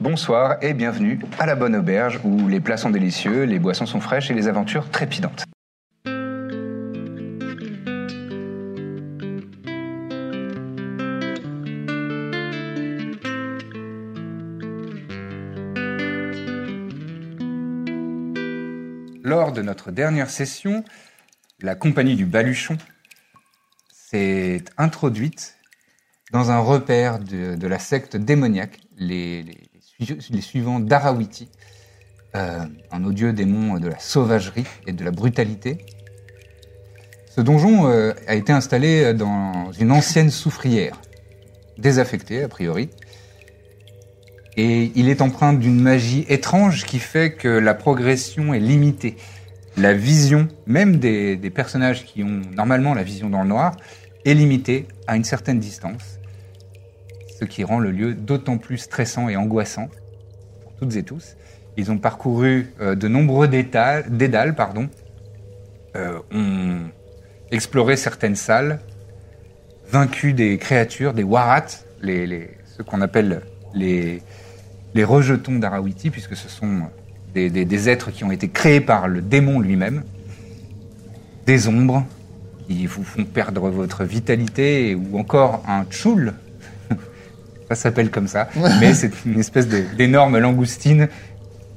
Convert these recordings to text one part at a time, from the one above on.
Bonsoir et bienvenue à la bonne auberge où les plats sont délicieux, les boissons sont fraîches et les aventures trépidantes. Lors de notre dernière session, la compagnie du Baluchon s'est introduite dans un repère de, de la secte démoniaque, les, les- les sui- les suivants d'Arawiti, euh, un odieux démon de la sauvagerie et de la brutalité. Ce donjon euh, a été installé dans une ancienne soufrière, désaffectée a priori, et il est empreint d'une magie étrange qui fait que la progression est limitée. La vision, même des, des personnages qui ont normalement la vision dans le noir, est limitée à une certaine distance, ce qui rend le lieu d'autant plus stressant et angoissant pour toutes et tous. Ils ont parcouru euh, de nombreux déta- dédales, pardon, euh, ont exploré certaines salles, vaincu des créatures, des warats, les, les- ceux qu'on appelle les, les rejetons d'Arawiti, puisque ce sont des, des- des êtres qui ont été créés par le démon lui-même, des ombres qui vous font perdre votre vitalité, ou encore un tchoul, ça s'appelle comme ça, mais c'est une espèce de- d'énorme langoustine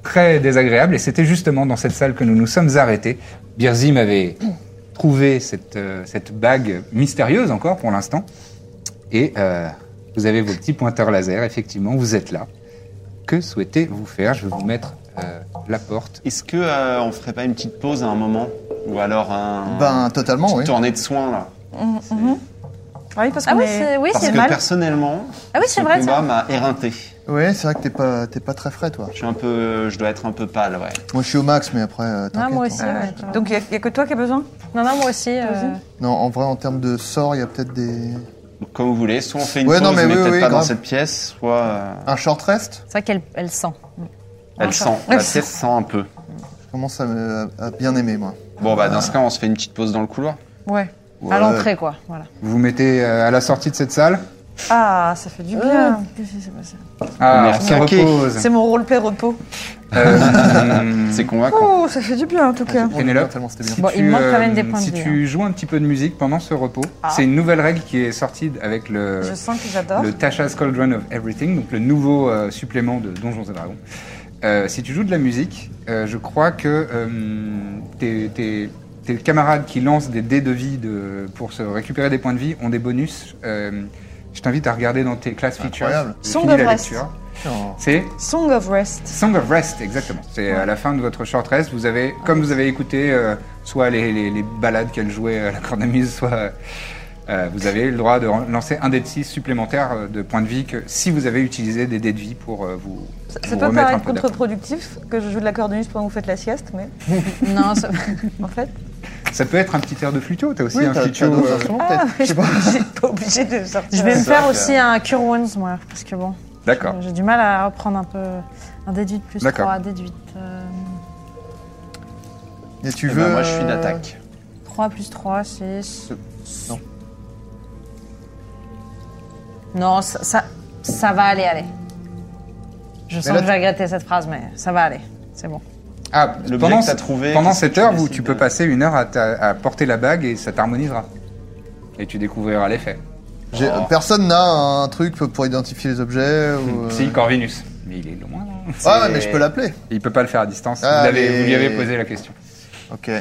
très désagréable, et c'était justement dans cette salle que nous nous sommes arrêtés. Birzim avait trouvé cette, euh, cette bague mystérieuse encore pour l'instant, et euh, vous avez vos petits pointeurs laser, effectivement, vous êtes là. Que souhaitez-vous faire Je vais vous mettre euh, la porte. Est-ce que euh, on ferait pas une petite pause à un moment Ou alors un Ben, totalement, une oui. tournée de soins là Oui, parce Ah qu'on oui, est- c'est oui, Parce c'est que mal. personnellement, Ah oui, ce c'est vrai. combat ça. m'a éreinté. Ouais, c'est vrai que t'es pas, t'es pas très frais, toi. Je suis un peu, je dois être un peu pâle, ouais. Moi, je suis au max, mais après, euh, Ah, t'inquiète. moi hein. aussi. Ah, ouais. ouais. Donc il n'y a, que toi qui as besoin Non, non, moi aussi. euh, aussi Non, en vrai, en termes de sorts, il y a peut-être des. Donc, comme vous voulez, soit on fait une Ouais, pause, non, mais, mais oui, peut-être oui, pas dans grave. cette pièce, soit euh, Un short rest C'est vrai qu'elle elle sent. elle ça. sent, la pièce sent un peu. Je commence à, me- à- à bien aimer, moi. Bon bah dans ce cas, on se fait une petite pause dans le couloir. Ouais. Ouais. À l'entrée, quoi. Voilà. Vous vous mettez euh, à la sortie de cette salle Ah, ça fait du bien. Ah, Merci, on se Kaki. repose. C'est mon roleplay repos. Mm. Euh, C'est convaincant. Oh, ça fait du bien en tout cas. On Pénélope. aime tellement c'était bien. si Bon, il tu, euh, manque quand même des points de si vie, hein. Ah. tu joues un petit peu de musique pendant ce repos, c'est une nouvelle règle qui est sortie avec le, euh, Je sens que j'adore. le Tasha's Cauldron of Everything, donc le nouveau euh, supplément de Donjons et Dragons. Euh, si tu joues de la musique, euh, je crois que euh, tes, tes- tes camarades qui lancent des dés de vie de- pour se récupérer des points de vie ont des bonus. Euh, je t'invite à regarder dans tes classes features. Incroyable. J'ai Song fini of la Rest. lecture. Non. C'est Song of Rest. Song of Rest, exactement. C'est euh, à la fin de votre short rest. Vous avez, comme vous avez écouté euh, soit les, les- les balades qu'elle jouait à la cornemuse, soit euh, vous avez le droit de ren- lancer un dé de 6 supplémentaire euh, de points de vie que si vous avez utilisé des dés de vie pour euh, vous, Ça vous remettre peut un paraître peu d'aplomb. contre-productif que je joue de l'accordéoniste pendant que vous faites la sieste, mais Non, ça- en fait, Ça peut être un petit air de flûteau. T'as aussi Oui, un t'as- flûteau. t'as d'autres euh, instruments, peut-être. je suis pas obligée, pas obligée de sortir. je vais me C'est faire vrai aussi un Cure Wounds, moi. Parce que bon, euh, D'accord. j'ai du mal à reprendre un peu. Un déduit de plus D'accord. 3, un déduit euh, Et tu Eh veux. ben, moi, je suis euh, d'attaque. 3 plus 3, 6. Non. Non, ça, ça, ça va aller, allez. Je sens là, que j'ai regretté cette phrase, mais ça va aller. C'est bon. Ah, L'objet pendant, que t'as ce- trouvé, pendant qu'est-ce que cette tu heure, vous, décides tu de- peux passer une heure à, ta- à porter la bague et ça t'harmonisera. Et tu découvriras l'effet. j'ai- euh, Oh. Personne n'a un truc pour identifier les objets ou. euh, Si, Corvinus. Mais il est loin. là. Ah, mais je peux l'appeler. Il peut pas le faire à distance. Ah, Vous, Allez. l'avez- vous lui avez posé la question. Ok,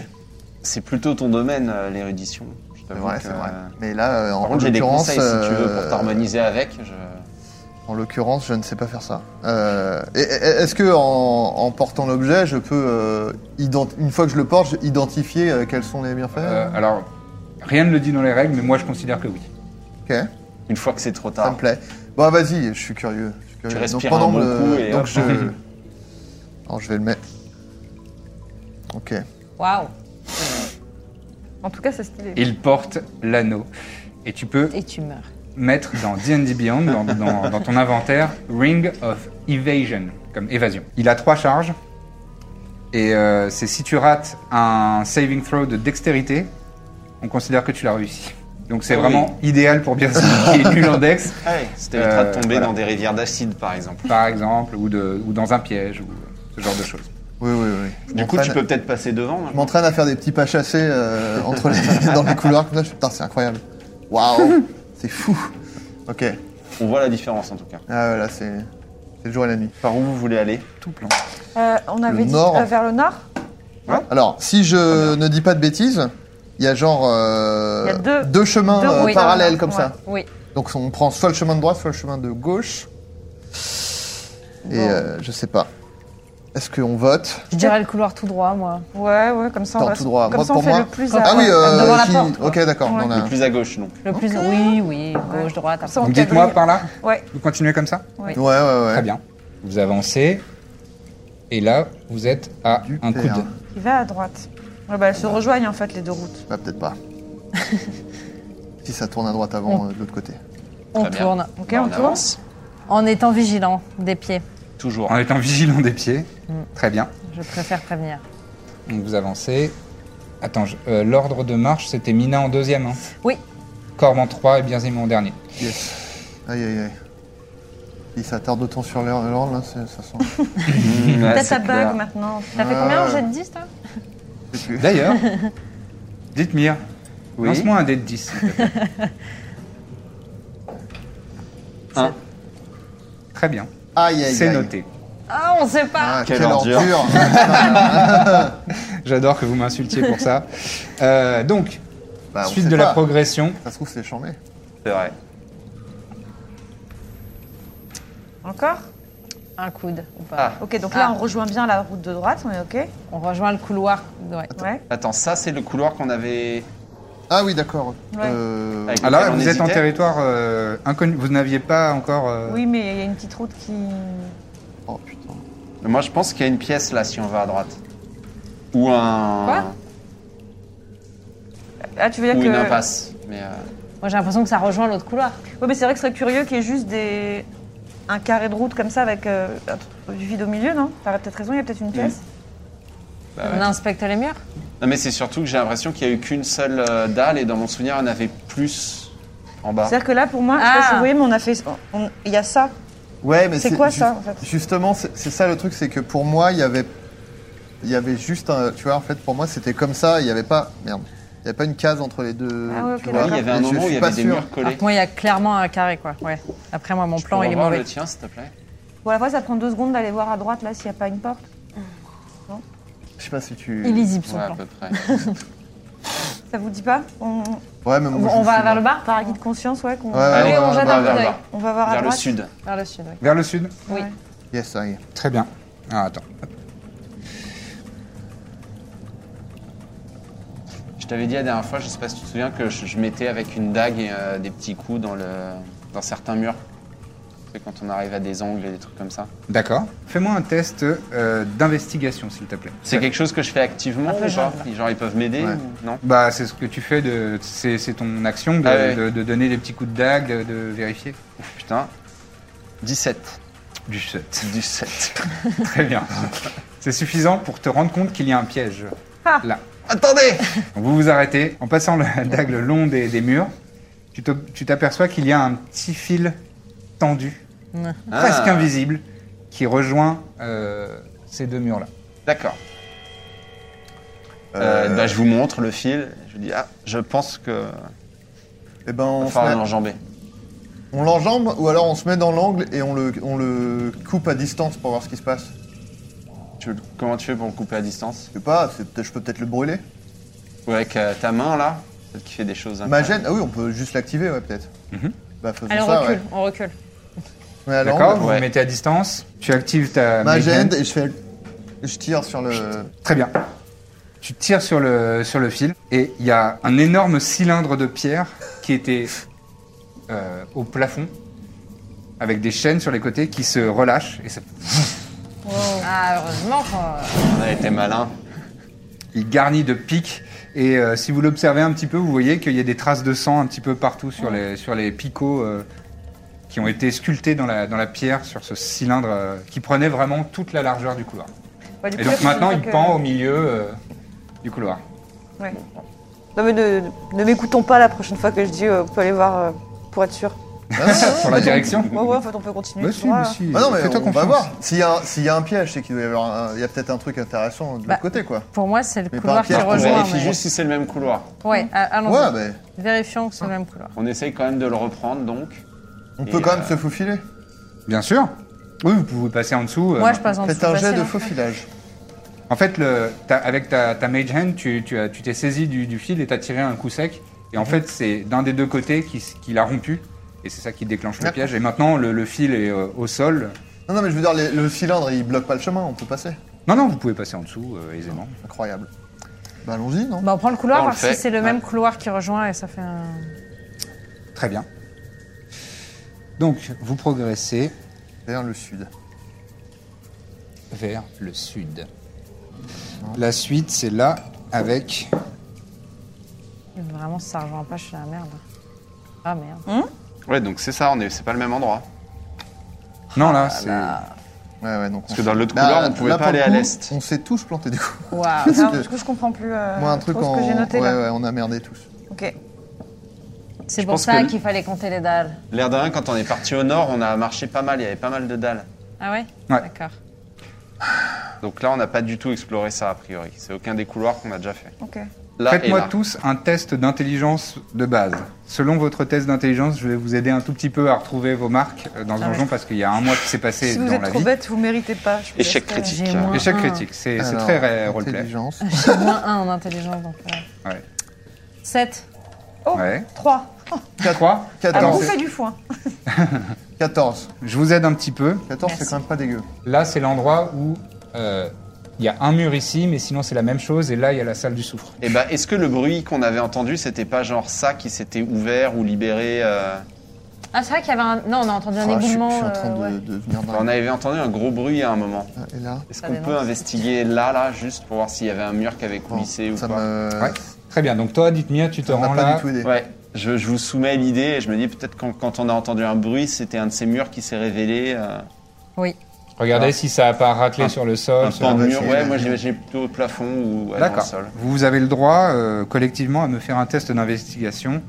C'est plutôt ton domaine, euh, l'érudition. Je c'est t'avoue vrai, que, c'est vrai. euh, Mais là, euh, en Par contre, j'ai des l'occurrence. conseils si tu veux pour euh, t'harmoniser avec. je- En l'occurrence, je ne sais pas faire ça. Euh, et- et- Est-ce que en, en portant l'objet, je peux, euh, ident- une fois que je le porte, je- identifier euh, quels sont les bienfaits Euh, alors, rien ne le dit dans les règles, mais moi je considère que oui. Ok, Une fois que c'est trop ça tard. me plaît. Bah vas-y, je suis curieux. je suis curieux. respires un bon coup et donc hop. je. Non, je vais le mettre. Ok. Waouh. En tout cas, c'est stylé. Il porte l'anneau. Et tu peux Et tu meurs. mettre dans D&D Beyond, dans, dans- dans ton inventaire, Ring of Evasion, comme évasion. Il a trois charges. Et euh, c'est si tu rates un saving throw de dextérité, on considère que tu l'as réussi. Donc c'est Ah oui. vraiment idéal pour bien qui est nul en dex, Ouais, si t'éviteras de Euh, tomber voilà. dans des rivières d'acide, par exemple. par exemple, ou, de- ou dans un piège, ou ce genre de choses. Oui, oui, oui. Je Du coup, m'entraîne- tu peux peut-être passer devant. hein. Je m'entraîne à faire des petits pas chassés euh, entre les... dans les couloirs comme ça. Je- Putain, c'est incroyable. Waouh, c'est fou. Ok. On voit la différence en tout cas. Ah voilà, c'est c'est le jour et la nuit. Par où vous voulez aller Tout plan. Euh, on avait dit nord. euh, vers le nord Alors, si je ne dis pas de bêtises, il y a genre euh, Il y a deux- chemins deux euh, routes. parallèles Ouais. comme ça. Oui. Donc on prend soit le chemin de droite, soit le chemin de gauche. Et euh, je sais pas. Est-ce qu'on vote Je dirais le couloir tout droit, moi. Ouais, ouais, comme ça on Attends, va tout droit. Comme Moi, ça on pour fait moi- le plus à... Ah oui, euh, devant la qui- porte, quoi. ok, d'accord. Ouais. on a- Le plus à gauche, non Le plus. Oui, oui. Gauche, droite, après. On Donc dites-moi quadrille. par là, Ouais. vous continuez comme ça Ouais, ouais, ouais. Très bien. Vous avancez, et là, vous êtes à Du un père. coude. Il va à droite. Ouais, bah, elles se rejoignent en fait les deux routes. Bah, peut-être pas. si ça tourne à droite avant euh, de l'autre côté. On Très bien. tourne. Ok, Bah, on, on tourne avance. En étant vigilant des pieds. Toujours. En étant vigilant des pieds. Très bien. Je préfère prévenir. Donc vous avancez. Attends, je- euh, l'ordre de marche, c'était Mina en deuxième. hein. Oui. Corbe en trois et Bienzim en dernier. Yes. Aïe, aïe, aïe. Il s'attarde autant sur l'heure l'ordre, là, c'est- ça sent. Mmh. Peut-être ça bug maintenant. T'as fait combien en jet de 10, toi Je sais plus. D'ailleurs, dites-moi, Oui. lance-moi un dé de 10. s'il te plaît. Un. Très bien, Aïe, aïe, aïe. c'est noté. Ah, on sait pas. Ah, Quelle quelle ordure. J'adore que vous m'insultiez pour ça. Euh, donc, Bah, on suite sait de la pas. progression, Ça se trouve, c'est chambé. C'est vrai. Encore Un coude ou pas. Ah, Ok, donc là Ah. on rejoint bien la route de droite, on est ok On rejoint le couloir. Ouais. Ouais. attends, ça c'est le couloir qu'on avait. Ah oui, d'accord. Ouais. Euh, Avec Ah là, lequel on vous êtes en hésitait. territoire euh, inconnu. Vous n'aviez pas encore. euh, Oui, mais il y a une petite route qui. Oh putain. Mais Moi je pense qu'il y a une pièce là si on va à droite. Ou un. Quoi Ah, tu veux dire Ou que. une impasse. Mais euh, Moi, j'ai l'impression que ça rejoint l'autre couloir. Ouais, mais c'est vrai que ce serait curieux qu'il y ait juste des. Un carré de route comme ça avec euh, un truc- du vide au milieu, non T'as peut-être raison, il y a peut-être une pièce. bah ouais. On inspecte les murs. Non mais c'est surtout que j'ai l'impression qu'il y a eu qu'une seule euh, dalle et dans mon souvenir il y en avait plus en bas. C'est-à-dire que là, pour moi, je sais pas Ah. si vous voyez, mais on a fait. on- Il y a ça. Ouais, mais C'est quoi ça, en fait Justement, c'est c'est ça le truc, c'est que pour moi, il y avait, il y avait juste, un, tu vois, en fait, pour moi, c'était comme ça. Il n'y avait pas, merde, il y avait pas une case entre les deux. Ah ouais, tu ok, vois. Oui, il y avait un Et je moment où il y suis pas avait des sûr. murs Alors collés. que moi, il y a clairement un carré, quoi. Ouais. Après, moi, mon Je plan, peux il est revoir mauvais. le tien s'il te plaît. Pour la fois, ça prend deux secondes d'aller voir à droite, là, s'il n'y a pas une porte. Je sais pas si tu. Illisible, son Ouais, à plan. peu près. Ça vous dit pas On, Ouais, mais moi, je on le va suis, vers le moi. bas par acquis de conscience, ouais, qu'on Ouais, Allez, ouais, on ouais, jette ouais, un vers coup le d'œil. bas. on va voir à Vers le droite. sud. Vers le sud, oui. Vers le sud Oui. Yes, ça y est. Très bien. Ah, attends. Je t'avais dit la dernière fois, je sais pas si tu te souviens, que je, je mettais avec une dague et, euh, des petits coups dans, le, dans certains murs. C'est quand on arrive à des angles et des trucs comme ça. D'accord. Fais-moi un test euh, d'investigation, s'il te plaît. C'est quelque chose que je fais activement Un peu ou pas jungle. Genre ils peuvent m'aider Ah, Ouais. ou- Non Bah, c'est ce que tu fais, de, c'est, c'est ton action de, Ah ouais. de- de donner des petits coups de dague, de, de vérifier. Putain. 17. Du shut. 17. Très bien. c'est suffisant pour te rendre compte qu'il y a un piège. Ah. Là. Attendez Donc, vous vous arrêtez. En passant la dague le long des, des murs, tu, te- tu t'aperçois qu'il y a un petit fil tendu, Ah, presque invisible, qui rejoint euh, ces deux murs-là. D'accord. Euh, Euh, bah, je vous montre le fil. Je dis, ah, je pense que. Eh ben, on, On va se met- falloir l'enjamber. on l'enjambe ou alors on se met dans l'angle et on le, on le coupe à distance pour voir ce qui se passe. Tu veux- Comment tu fais pour le couper à distance Je sais pas, c'est peut-être- je peux peut-être le brûler. Ou avec euh, ta main là Peut-être qu'il fait des choses. Ma incroyables. gêne, ah oui, on peut juste l'activer, ouais, peut-être. Mhm. Bah, faisons Allez, on ça, recule, ouais. on recule. On est à l'angle. D'accord Vous Ouais. Bah, vous mettez à distance. Tu actives ta Ma mage hand. gêne et je fais. Je tire sur le. Très bien. Tu tires sur le, sur le fil et il y a un énorme cylindre de pierre qui était euh, au plafond avec des chaînes sur les côtés qui se relâchent et ça- Ah, heureusement qu'on- On a été malin. il garnit de pics. Et euh, si vous l'observez un petit peu, vous voyez qu'il y a des traces de sang un petit peu partout sur les, sur les picots euh, qui ont été sculptés dans la, dans la pierre sur ce cylindre euh, qui prenait vraiment toute la largeur du couloir. Ouais, du Et coup, donc là, maintenant, faut il que- pend au milieu euh, du couloir. Ouais. Non, mais ne, ne m'écoutons pas la prochaine fois que je dis, euh, vous pouvez aller voir euh, pour être sûr. Ah Sur la direction Ouais, ouais, en fait, on peut continuer. Mais tu si, vois. mais si, Bah non, mais fais-toi on va confiance. voir. S'il y, a un- s'il y a un piège, c'est qu'il doit y avoir un- il y a peut-être un truc intéressant de l'autre Bah. côté, quoi. Pour moi, c'est le Mais couloir par qui pierre, On Rejoins, rejoint. vérifie mais- juste si c'est le même couloir. Ouais, a- allons-y. Ouais, bah, Vérifions que c'est le même couloir. On essaye quand même de le reprendre donc. on Et, peut quand même euh, se faufiler. Bien sûr. Oui, vous pouvez passer en dessous. euh, Moi, je passe en dessous. Faites un jet facile, de hein. faufilage. En fait, le, t'as- avec ta, ta mage hand, tu tu as- tu t'es saisi du, du fil et t'as tiré un coup sec. Et Mhm. en fait, c'est d'un des deux côtés qui, s- qui l'a rompu. Et c'est ça qui déclenche le D'accord. piège. Et maintenant, le, le fil est euh, au sol. Non, non, mais je veux dire, les- le cylindre, il bloque pas le chemin, on peut passer. Non, non, vous pouvez passer en dessous euh, aisément. Incroyable. Bah allons-y, non Bah, on prend le couloir On le parce que fait. c'est le Ouais. même couloir qui rejoint et ça fait un. Très bien. Donc, vous progressez Vers le sud. vers le sud. La suite, c'est là avec. Ah Vraiment, ça rejoint pas, je suis la merde. Ah merde. Ouais, donc c'est ça, on est, c'est pas le même endroit. Non, là, c'est. Ouais, ouais, donc on Parce que s- dans l'autre couloir, on pouvait pas pour aller le à coup, l'est. On s'est tous plantés du coup. Waouh. Alors, que- du coup, Ah, je comprends plus euh, Moi, un truc trop en. ce que j'ai noté ouais, là. ouais, on a merdé tous. Ok. C'est Je pour pense ça que- qu'il fallait compter les dalles. L'air de rien, quand on est parti au nord, on a marché pas mal, il y avait pas mal de dalles. Ah ouais, Ouais. D'accord. Donc là, on n'a pas du tout exploré ça a priori. C'est aucun des couloirs qu'on a déjà fait. Ok. Là et Faites-moi là. tous un test d'intelligence de base. Selon votre test d'intelligence, je vais vous aider un tout petit peu à retrouver vos marques euh, dans ce Ah donjon parce qu'il y a un mois qui s'est passé Si dans vous êtes la trop vie. bête, vous méritez pas. je vous Échec laisse, euh, critique. J'ai moins Échec un. critique, c'est c'est Alors, très ré- roleplay. Intelligence. J'ai moins un en intelligence donc. euh. Ouais. 7. Oh, Ouais. 3. Trois. Ah, Alors, 14. vous c'est- faites du foin. 14. Je vous aide un petit peu. 14, c'est Merci. quand même pas dégueu. Là, c'est l'endroit où euh, il y a un mur ici, mais sinon c'est la même chose. Et là, il y a la salle du soufre. Eh ben, est-ce que le bruit qu'on avait entendu, c'était pas genre ça qui s'était ouvert ou libéré euh, Ah, c'est vrai qu'il y avait un. Non, on a entendu un Ah, je, suis, je suis éboulement. en train euh, de, ouais. de venir dans On avait entendu un gros bruit à un moment. Ah, Et là, Est-ce Ça qu'on peut dénonce. investiguer là, là, juste pour voir s'il y avait un mur qui avait bon, coulissé ou ça pas me. Ouais. Très bien. Donc toi, dites-moi, tu te Ça m'a rends pas là. du tout aidé. Ouais, je, je vous soumets l'idée et je me dis peut-être quand, quand on a entendu un bruit, c'était un de ces murs qui s'est révélé. euh, Oui. Regardez Ah. si ça a pas raclé Un- sur le sol. un sur- pan de va mur. essayer, Ouais, ouais. moi j'imaginais plutôt au plafond ou ouais, dans le D'accord. sol. Vous avez le droit euh, collectivement à me faire un test d'investigation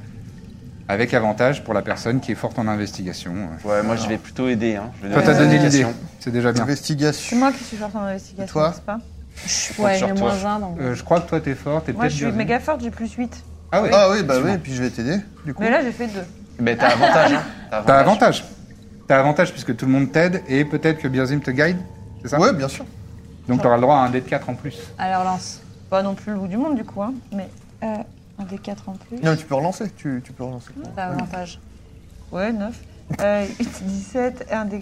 avec avantage pour la personne qui est forte en investigation. Euh, Ouais, moi je vais plutôt aider. Hein. Je vais Toi, donner t'as des donné l'idée. indications. C'est déjà bien. C'est Investigation. moi qui suis forte en investigation, Et toi n'est-ce pas Ouais, sur j'ai toi. moins un donc. Euh, je crois que toi, t'es forte. t'es Moi, peut-être je suis bien- méga forte, j'ai plus 8. Ah oui. Ah oui, bah oui, puis je vais t'aider. Du coup. Mais là, j'ai fait 2. Ben t'as avantage. Hein. T'as avantage. T'as avantage puisque tout le monde t'aide et peut-être que Birzim te guide. C'est ça Ouais, bien sûr. Donc t'auras le droit à un dé de 4 en plus. Alors, lance. Pas non plus le bout du monde, du coup. Hein. Mais euh, un des 4 en plus. Non, mais tu peux relancer. Tu, tu peux relancer. T'as avantage. Ouais, 9. Euh, 8, 17, un des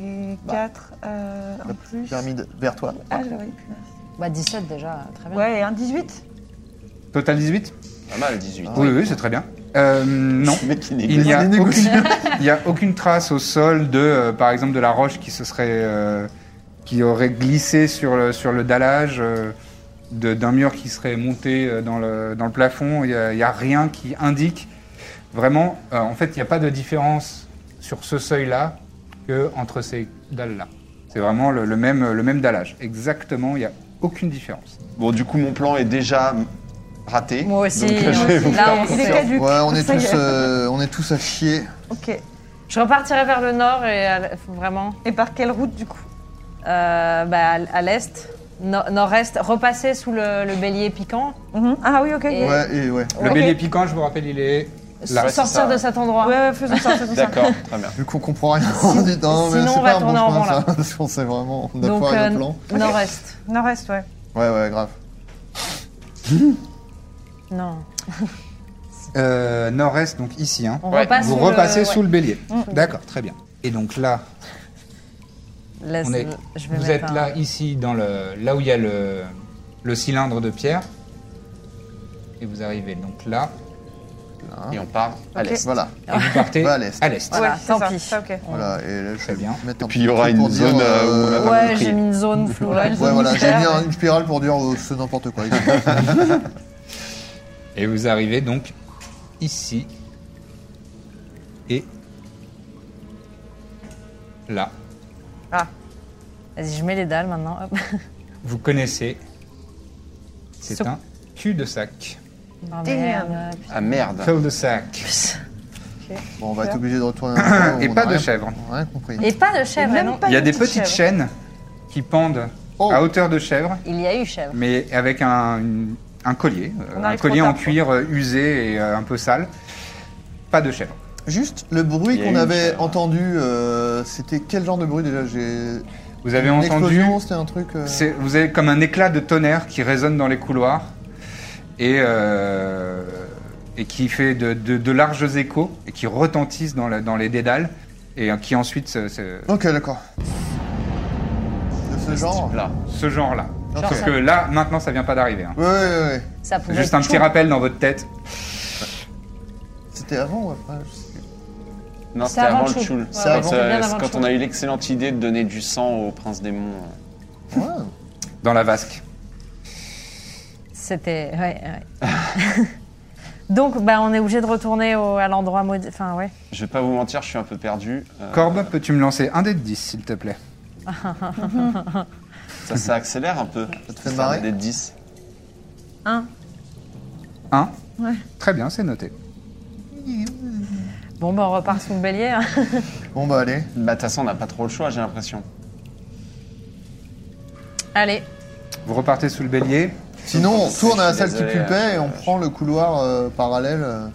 4 euh, en plus. Pyramide vers toi. Ah, je l'avais plus. merci. Bah, 17 déjà, très bien. Ouais, et un 18. Total 18 Pas mal 18. Oui, oui, c'est très bien. Euh, Ah. non. Le mec, il Il n'y négocie. a, Les aucune, négociations. il y a aucune trace au sol de, euh, par exemple, de la roche qui se serait, euh, qui aurait glissé sur le, sur le dallage, euh, de- d'un mur qui serait monté euh, dans le, dans le plafond. Il n'y a, il y a rien qui indique vraiment. euh, en fait, il n'y a pas de différence sur ce seuil-là que entre ces dalles-là. C'est vraiment le, le même, le même dallage. Exactement, il n'y a aucune différence. Bon, du coup, mon plan est déjà raté. Moi aussi. Donc, moi je vais aussi. vous Là, faire on Il est sait. caduque. Ouais, on est Ça y tous, euh, on est tous à chier. Ok. Je repartirai vers le nord et à l- vraiment. Et par quelle route, du coup euh, bah, à l- à l'est, no- nord-est, repasser sous le, le bélier piquant, Mhm. Ah oui, ok. Et- Ouais, et ouais. Le Ok. bélier piquant, je vous rappelle, il est là. Ouais, c'est sortir ça, de ouais. cet endroit. Ouais, ouais, faisons ça, faisons ça. D'accord, très bien. Vu qu'on comprend rien, on dit non, mais sinon, c'est on va pas un bon tourner en chemin rond, là. ça. Parce qu'on sait vraiment, on n'a Donc, pas rien euh, de plan. nord-est. Nord-est, ouais. Ouais, ouais, grave. Non. Euh, Nord-est, donc ici. Hein. On Ouais. repasse Vous sous repassez le... sous le bélier. Mm. D'accord, très bien. Et donc là, ouais. Laisse- on est- je vais vous mettre êtes un- là, ici, dans le, là où il y a le, le cylindre de pierre. Et vous arrivez donc là. là. Et on part à Ok. l'est. Voilà, Et vous partez Va à l'est. à l'est. Voilà, Ouais, c'est tant ça, pis. ça, ok. voilà. Et là, je Très vais bien. mettre un Puis il y aura petit truc pour une dire, zone euh, où on euh, va pas Ouais, compris. j'ai mis une zone florale. Ouais, zone voilà, j'ai mystère. mis un- une spirale pour dire euh, c'est n'importe quoi. Et vous arrivez donc ici. Et là, Vas-y, je mets les dalles maintenant. hop. vous connaissez. C'est So- un cul-de-sac. Ah, merde. Ah merde. Cul-de-sac. Bon, on va être obligé de retourner. à l'endroit où Et on pas a de rien- chèvre. on a Rien compris. Et pas de chèvre, même non pas Il y a de des petites petites chèvres. chaînes qui pendent Oh. à hauteur de chèvre, Il y a eu chèvre. mais avec un, une- un collier. euh, Un arrive trop collier en tard, cuir euh, usé et euh, un peu sale. Pas de chèvre. Juste le bruit Il y a qu'on eu, avait euh, entendu, euh, c'était quel genre de bruit déjà J'ai Vous avez une entendu explosion, c'était un truc. euh, C'est- vous avez comme un éclat de tonnerre qui résonne dans les couloirs et, euh, et qui fait de, de- de larges échos et qui retentissent dans, la- dans les dédales et euh, qui ensuite se- se- Ok, d'accord. De ce genre. Là. ce genre-là. Genre Sauf ça. que là, maintenant, ça vient pas d'arriver. hein. Ouais, ouais, ouais. Ça pouvait Juste être un petit chaud. rappel dans votre tête. C'était avant ou après je sais plus. Non, C'est c'était avant avant le le chou. Chul. C'est avant. Quand, C'était bien euh, avant le quand chou. on a eu l'excellente idée de donner du sang au prince démon. euh. Ouais. Dans la vasque. C'était. Ouais, ouais. Donc, bah, on est obligé de retourner au- à l'endroit maudit. Enfin, ouais. Je vais pas vous mentir, je suis un peu perdu. Euh, Corbe, peux-tu me lancer un dé de 10, s'il te plaît Ça, ça accélère un peu. Peut-être fait faire marrer des 10. Un. 1 Ouais. Très bien, c'est noté. Bon, bah, on repart sous le bélier. hein. Bon bah allez. Bah, de toute façon, on n'a pas trop le choix, j'ai l'impression. Allez. Vous repartez sous le bélier. Sinon, on Je tourne à la suis salle qui désolé, pulpait et euh, on je- prend le couloir euh, parallèle. euh.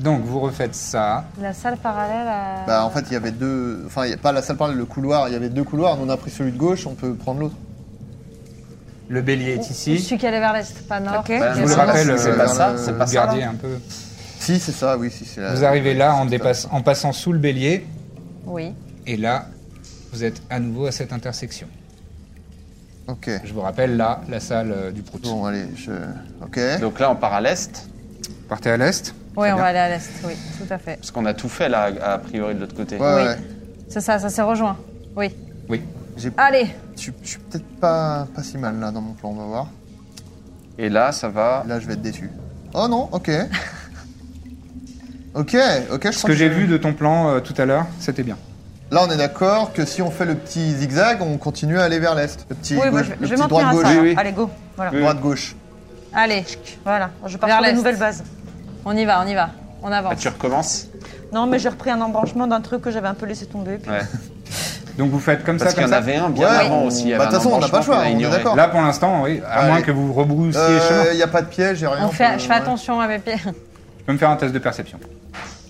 Donc, vous refaites ça. La salle parallèle à. Bah en fait, il y avait deux. Enfin, il y a pas la salle parallèle, le couloir. Il y avait deux couloirs. Nous, on a pris celui de gauche. On peut prendre l'autre. Le bélier est ici. Celui qui allait vers l'est, pas nord. Ok. Et Bah, Je vous le c'est- Vers rappelle, l'est, euh, c'est pas ça, c'est vous pas ça, gardiez là. un peu. Si, c'est ça. Oui, si, c'est la- Vous arrivez là en, c'est dépasse- en passant sous le bélier, Oui. et là, vous êtes à nouveau à cette intersection. ça. Ok. Je vous rappelle, là, la salle euh, du Prout. Bon, allez. Je. Ok. Donc là, on part à l'est, Vous partez à l'est Oui, on bien. va aller à l'est, oui, tout à fait. parce qu'on a tout fait là, a priori de l'autre côté. Ouais, Oui. ouais. C'est ça, ça s'est rejoint. Oui. Oui. J'ai- Allez, Je suis- je suis peut-être pas, pas si mal là dans mon plan, on va voir. Et là, ça va. Là, je vais être déçu. Oh non, ok. ok, ok, je Ce crois que j'ai vu de ton plan euh, tout à l'heure, c'était bien. Là, on est d'accord que si on fait le petit zigzag, on continue à aller vers l'est. Le petit, Oui, moi, gauche- je le vais, je vais petit m'en tenir à droite-gauche. ça. alors. Oui, oui. Allez, go. Voilà. Oui. Droite-gauche. allez, Voilà, je pars Vers sur la l'est. nouvelle base. on y va, on y va. On Ah, avance. tu recommences Non, mais j'ai repris un embranchement d'un truc que j'avais un peu laissé tomber. puis- Ouais. Donc vous faites comme Parce ça, qu'il y comme en ça. avait un bien Ouais. avant aussi. il y Bah, de avait toute un façon, on n'a pas le embranchement choix, qu'on a on est ignoré. d'accord. Là, pour l'instant, oui, à Allez. moins que vous rebroussiez chemin. Ah Euh, Il n'y a pas de piège, il n'y a rien. On fait, pour- je fais ouais. attention à mes pieds. Tu peux me faire un test de perception.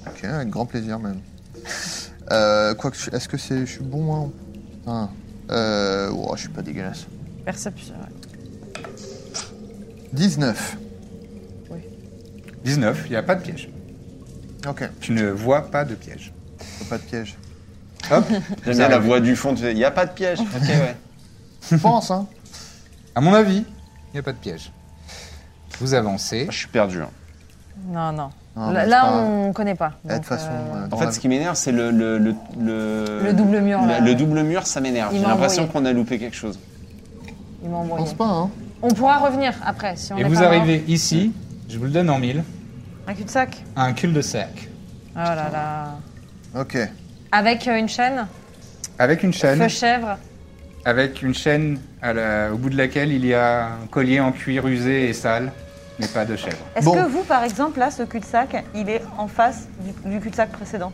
Ok, avec grand plaisir même. Euh, quoi que je- est-ce que c'est, je suis bon hein Putain. Euh, ouah, je suis pas dégueulasse. Perception. ouais. 19. 19, il n'y a pas de piège. Ok, Tu ne vois pas de piège. faut pas de piège. Hop J'aime bien la voix du fond, tu sais, il n'y a pas de piège. Ok, ouais. Je pense, hein. À mon avis, il n'y a pas de piège. Vous avancez. Je suis perdu. hein. Non, non. Non, mais là, c'est là, pas grave. on connaît pas. Eh, De donc, toute façon, euh, euh, En dans fait, la- ce qui m'énerve, c'est le, le, le, le, Le double mur, le- là. le double mur, ça m'énerve. Il J'ai m'a l'impression embrouillé. qu'on a loupé quelque chose. Ils m'ont je embrouillé. pense pas, hein. On pourra revenir après si on Et est vous pas mort. arrivez ici, je vous le donne en mille, Un cul-de-sac. à un cul-de-sac. Oh là là. Ok. Avec euh, une chaîne, Avec une chaîne. feu chèvre. avec une chaîne à la- au bout de laquelle il y a un collier en cuir usé et sale, mais pas de chèvre. Est-ce Bon. que vous, par exemple, là, ce cul-de-sac, il est en face du, du cul-de-sac précédent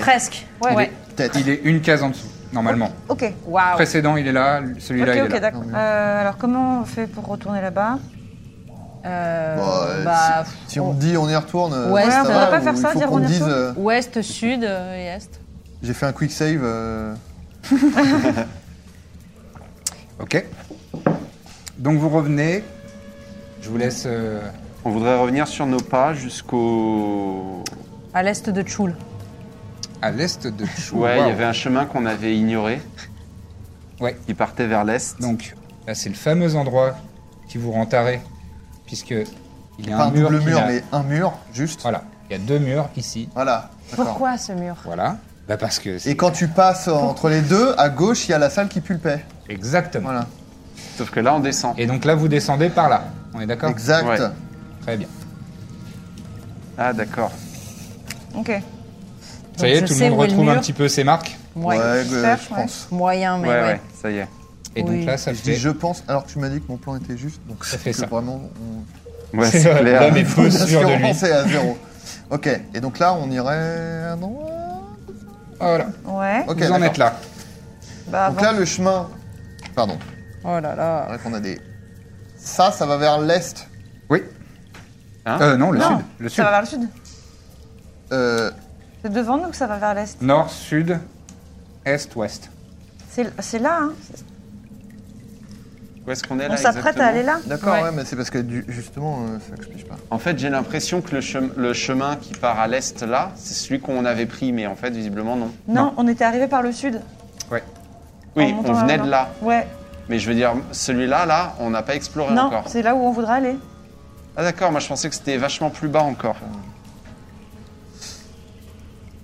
Presque. Ouais, Il ouais. est- Peut-être. Il est une case en dessous, normalement. Ah Ok. Waouh. Précédent, il est là, celui-là, ok, il est ok, là. d'accord. Euh, alors, comment on fait pour retourner là-bas Euh, Bon, euh, bah, si, pff, si on me dit on y retourne, euh, Ouais, ça on va, va pas ou faire il ça, faut dire qu'on on me y dise retourne euh, Ouest, sud euh, et est. j'ai fait un quick save. euh, Ok. Donc vous revenez. Je vous laisse. euh, On voudrait revenir sur nos pas jusqu'au. À l'est de Choul. à l'est de Chou. Ouais, il Waouh. y avait un chemin qu'on avait ignoré. Ouais. Il partait vers l'est. Donc là, c'est le fameux endroit qui vous rend taré, puisque il y a pas un, un mur. double qui mur, n'a- mais un mur, juste. Voilà. Il y a deux murs ici. Voilà. d'accord. Pourquoi ce mur Voilà. Bah parce que c'est Et quand tu passes entre les deux, à gauche, il y a la salle qui pulpait. exactement. Voilà. Sauf que là, on descend. Et donc là, vous descendez par là. On est d'accord Exact. Ouais. Très bien. Ah, d'accord. Ok. Ça y est, je tout le sais monde où est le retrouve un mur. petit peu ses marques. Ouais, Moyen, euh, cherche, je ouais. pense. moyen mais Ouais, ouais. ouais, ça y est. Et donc Oui. là, ça Je dis fait. je pense, alors que tu m'as dit que mon plan était juste, donc Ça c'est fait que ça. vraiment on... Ouais, C'est c'est vrai, clair. là, mais- Peu sûr de lui. L'assurance est à zéro. ok, et donc là on irait à droite. Voilà. Ouais. Ok, vous en d'accord. êtes là. Bah, Donc avant- là le chemin, pardon, Oh là là. c'est vrai qu'on a des, ça, ça va vers l'est. Oui. Hein euh, non, le Non, sud. Le ça sud. va vers le sud. Euh, C'est devant nous que ça va vers l'est. Nord, sud, est, ouest. C'est c'est là, hein. Où est-ce qu'on est là On s'apprête à exactement aller là. D'accord, Ouais. ouais. mais c'est parce que du- justement euh, ça explique pas. En fait, j'ai l'impression que le, chem- le chemin qui part à l'est là, c'est celui qu'on avait pris, mais en fait, visiblement, non. Non, on était arrivé par le sud. Oui, En on montant venait vers de le là. Ouais. Mais je veux dire, celui-là, là, on n'a pas exploré Non, encore. c'est là où on voudrait aller. Ah, d'accord, moi je pensais que c'était vachement plus bas encore.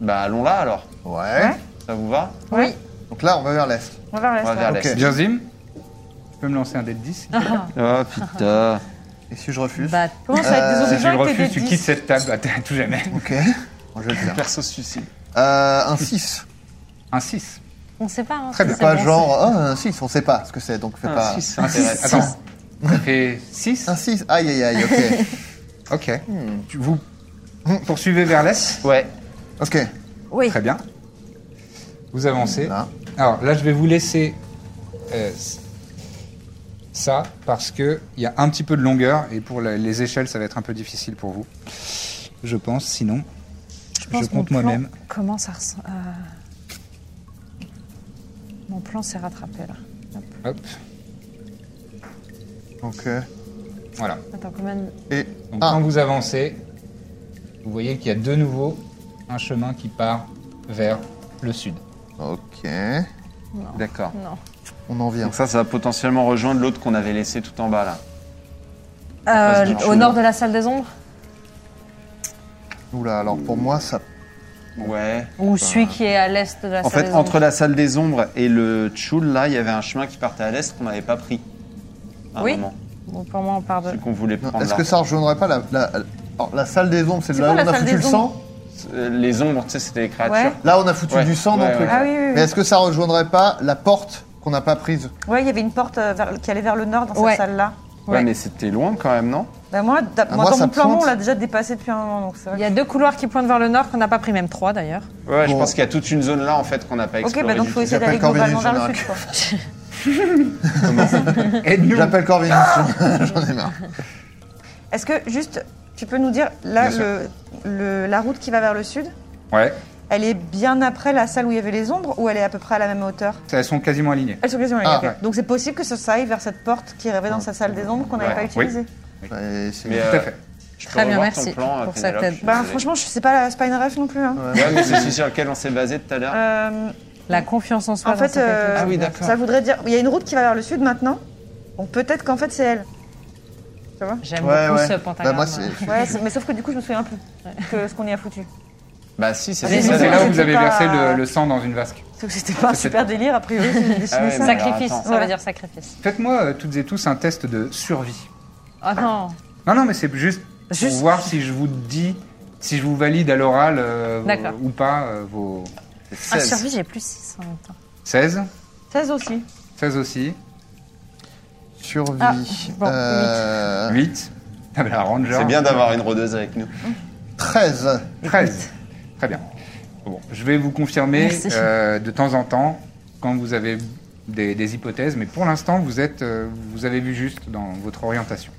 Bah, allons là alors. Ouais. Ouais. Ça vous va Oui. Donc là on va vers l'est. On va vers l'est. On va vers ouais. Ok. l'est. Birzim, tu peux me lancer un dé de 10 Ah, Oh putain. Et si je refuse Bah, Comment ça va être Euh, des Si tu le obligeants avec refuses, tes tu dés quittes dix cette table à t- à tout jamais. Ok. Bon, je vais le faire. Perso suicide. Euh, un 6. Un 6. on sait pas. hein, Très si bien. c'est Pas bon, genre oh, un 6, on sait pas ce que c'est, donc fais pas. Ah, si, c'est Un 6. intéressant. Attends. Ça fait 6 Ah. Un 6, aïe aïe aïe, ok. Hmm. Ok. Tu- Vous poursuivez vers l'est Ouais. ok. c'est- Oui. Très bien. Vous avancez. Là. Alors là, je vais vous laisser euh, c- ça parce que il y a un petit peu de longueur et pour la- les échelles, ça va être un peu difficile pour vous. Je pense. Sinon, je, pense que mon compte plan moi-même. Commence à ressembler. euh, Mon plan s'est rattrapé là. Hop. Ok. Voilà. Attends, combien de- Et Donc Ah. quand vous avancez, vous voyez qu'il y a de nouveau un chemin qui part vers le sud. ok, D'accord. Non. on en vient. Donc ça, ça va potentiellement rejoindre l'autre qu'on avait laissé tout en bas là. Euh, passe au du- nord de la salle des ombres Oula, alors pour moi ça. Ouais. Ou celui qui est à l'est de la En salle fait, des ombres entre la salle des ombres et le Tchoul, là, il y avait un chemin qui partait à l'est qu'on n'avait pas pris. À un Oui. moment. Bon, pour moi, on part de. Celui qu'on voulait Non, prendre Est-ce là. que ça rejoindrait pas la, la, alors, la salle des ombres C'est C'est là où on quoi la a salle foutu le des sang Euh, Les ombres, tu sais, c'était les créatures. Là on a foutu Ouais. du sang dans Ouais, le truc. ouais. Ah oui, oui, Mais oui. est-ce que ça rejoindrait pas la porte qu'on n'a pas prise Ouais, il y avait une porte euh, vers- qui allait vers le nord dans cette Ouais. salle-là. Ouais, mais c'était loin quand même, non Bah moi, d'a- Ah, moi, moi, dans ça mon plan, pointe. on l'a déjà dépassé depuis un moment, donc c'est vrai. Il y a deux couloirs qui pointent vers le nord qu'on n'a pas pris, même trois d'ailleurs. Ouais, je Bon. pense qu'il y a toute une zone là en fait qu'on n'a pas que- Ok, explorée. bah donc du faut tout. essayer d'aller J'appelle Corvinus globalement vers le Général. sud, quoi. Aide-nous. J'appelle Corvinus. J'en ai marre. Est-ce que, juste, tu peux nous dire, là, Bien sûr. le, le- la route qui va vers le sud, Ouais. elle est bien après la salle où il y avait les ombres ou elle est à peu près à la même hauteur Elles sont quasiment alignées. Elles sont quasiment là, Ah, ok. ouais. Donc c'est possible que ça, ça aille vers cette porte qui rêvait dans cette salle des ombres qu'on n'avait Ouais. pas Oui. utilisée. J'allais essayer. Mais, Tout à euh, fait. Je peux Très bien, revoir merci ton plan, pour cette Pénélope, aide. je suis Bah désolé. franchement, je sais pas, c'est pas une ref non plus. hein. Ouais. Ouais, mais c'est celui sur lequel on s'est basé tout à l'heure. Euh, La confiance en soi. en dans fait, cette euh, équipe. Ah oui, d'accord. ça voudrait dire, il y a une route qui va vers le sud maintenant. Donc peut-être qu'en fait c'est elle. J'aime Ouais, beaucoup ouais. ce pentagramme. Bah, moi, c'est- Ouais, c'est- mais sauf que du coup je me souviens plus que ce qu'on y a foutu. Bah si, c'est Ah, mais ça. C'est là où je vous avez sais pas. versé le, le sang dans une vasque. Sauf que c'était pas un C'est super délire a priori. si j'ai dessiné Ah ouais, ça. mais- Sacrifice, Alors, attends. ça veut Ouais. dire sacrifice. Faites-moi euh, toutes et tous un test de survie. Oh non Non, non, mais c'est juste, Juste- pour voir si je vous dis, si je vous valide à l'oral euh, vos- D'accord. ou pas euh, vos C'est Ah, 16. survie, j'ai plus 6 en même temps. 16. 16 aussi. 16 aussi. Survie. Ah, bon, Euh, 8. Ah ben, la ranger. C'est bien d'avoir une rodeuse avec nous. 13. 13. Très bien. Bon, je vais vous confirmer Merci. euh, de temps en temps quand vous avez des, des hypothèses, mais pour l'instant, vous, êtes, euh, vous avez vu juste dans votre orientation.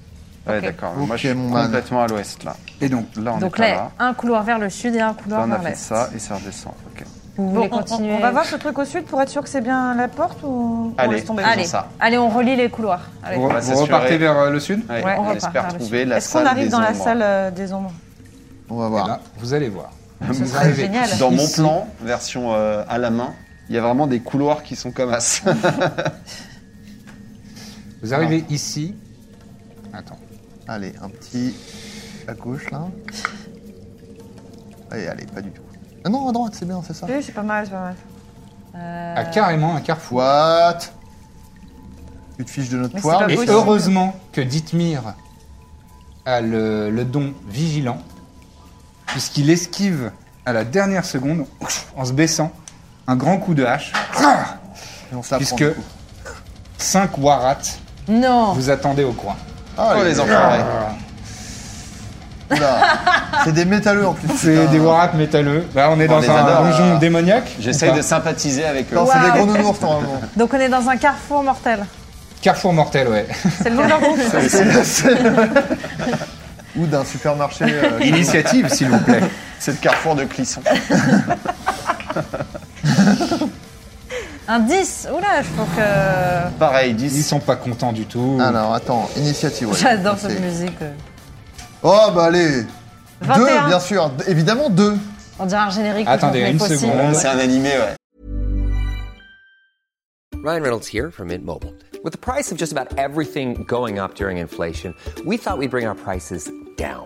Ouais, Ok. d'accord. Ok, Moi, je suis mon man. complètement à l'ouest là. Et donc, Là, on Donc est pas là, là. un couloir vers le sud et un couloir Là, on a vers fait l'est. ça et ça redescend. Ok. Vous Bon, voulez on, on- continuer on va voir ce truc au sud pour être sûr que c'est bien la porte ou on Allez. laisse tomber Allez. Allez, ça. allez, on relie les couloirs. Allez. vous, va vous s'assurer. repartez vers euh, le sud Allez, Ouais, on, on repart espère vers le trouver la Est-ce qu'on salle arrive des dans la ombres. salle euh, des ombres On va Et voir. là, Eh ben, Vous allez voir. Ce Vous serait arrivez. génial. Ah. Dans mon Ici. plan, version euh, à la main, il y a vraiment des couloirs qui sont comme as. Vous arrivez ici. Attends. Allez, un petit à gauche là. Allez, allez, pas du tout. Ah non, à droite, c'est bien, c'est ça. Oui, c'est pas mal, c'est pas mal. Euh, Ah, carrément un carrefour. What Tu te fiches de notre Mais c'est poire pas Et possible. heureusement que Dithmir a le, le don vigilant, puisqu'il esquive à la dernière seconde, en se baissant, un grand coup de hache. et on se la prend, Puisque- du coup. 5 warats Non. vous attendez au coin. Ah, Oh, les enfoirés. Oula. C'est des métalleux en plus. C'est putain. des warats métalleux. Là, on est On dans les un adore. donjon démoniaque. ou J'essaye pas de sympathiser avec eux. Non, c'est des gros Waouh. nounours normalement. Donc on est dans un carrefour mortel. Carrefour mortel, ouais. C'est le nom de leur groupe. C'est- c'est- Ou d'un supermarché. euh, Initiative, s'il vous plaît. C'est le carrefour de Clisson. Un 10. Oula, je trouve que. Pareil, Ils 10. sont pas contents du tout. Alors attends, initiative. ouais. J'adore C'est- cette musique. euh. Oh bah allez 21. Deux, bien sûr, D- évidemment deux On dirait un générique. Attendez, une seconde. C'est un animé, ouais. Ryan Reynolds here from Mint Mobile. With the price of just about everything going up during inflation, we thought we'd bring our prices down.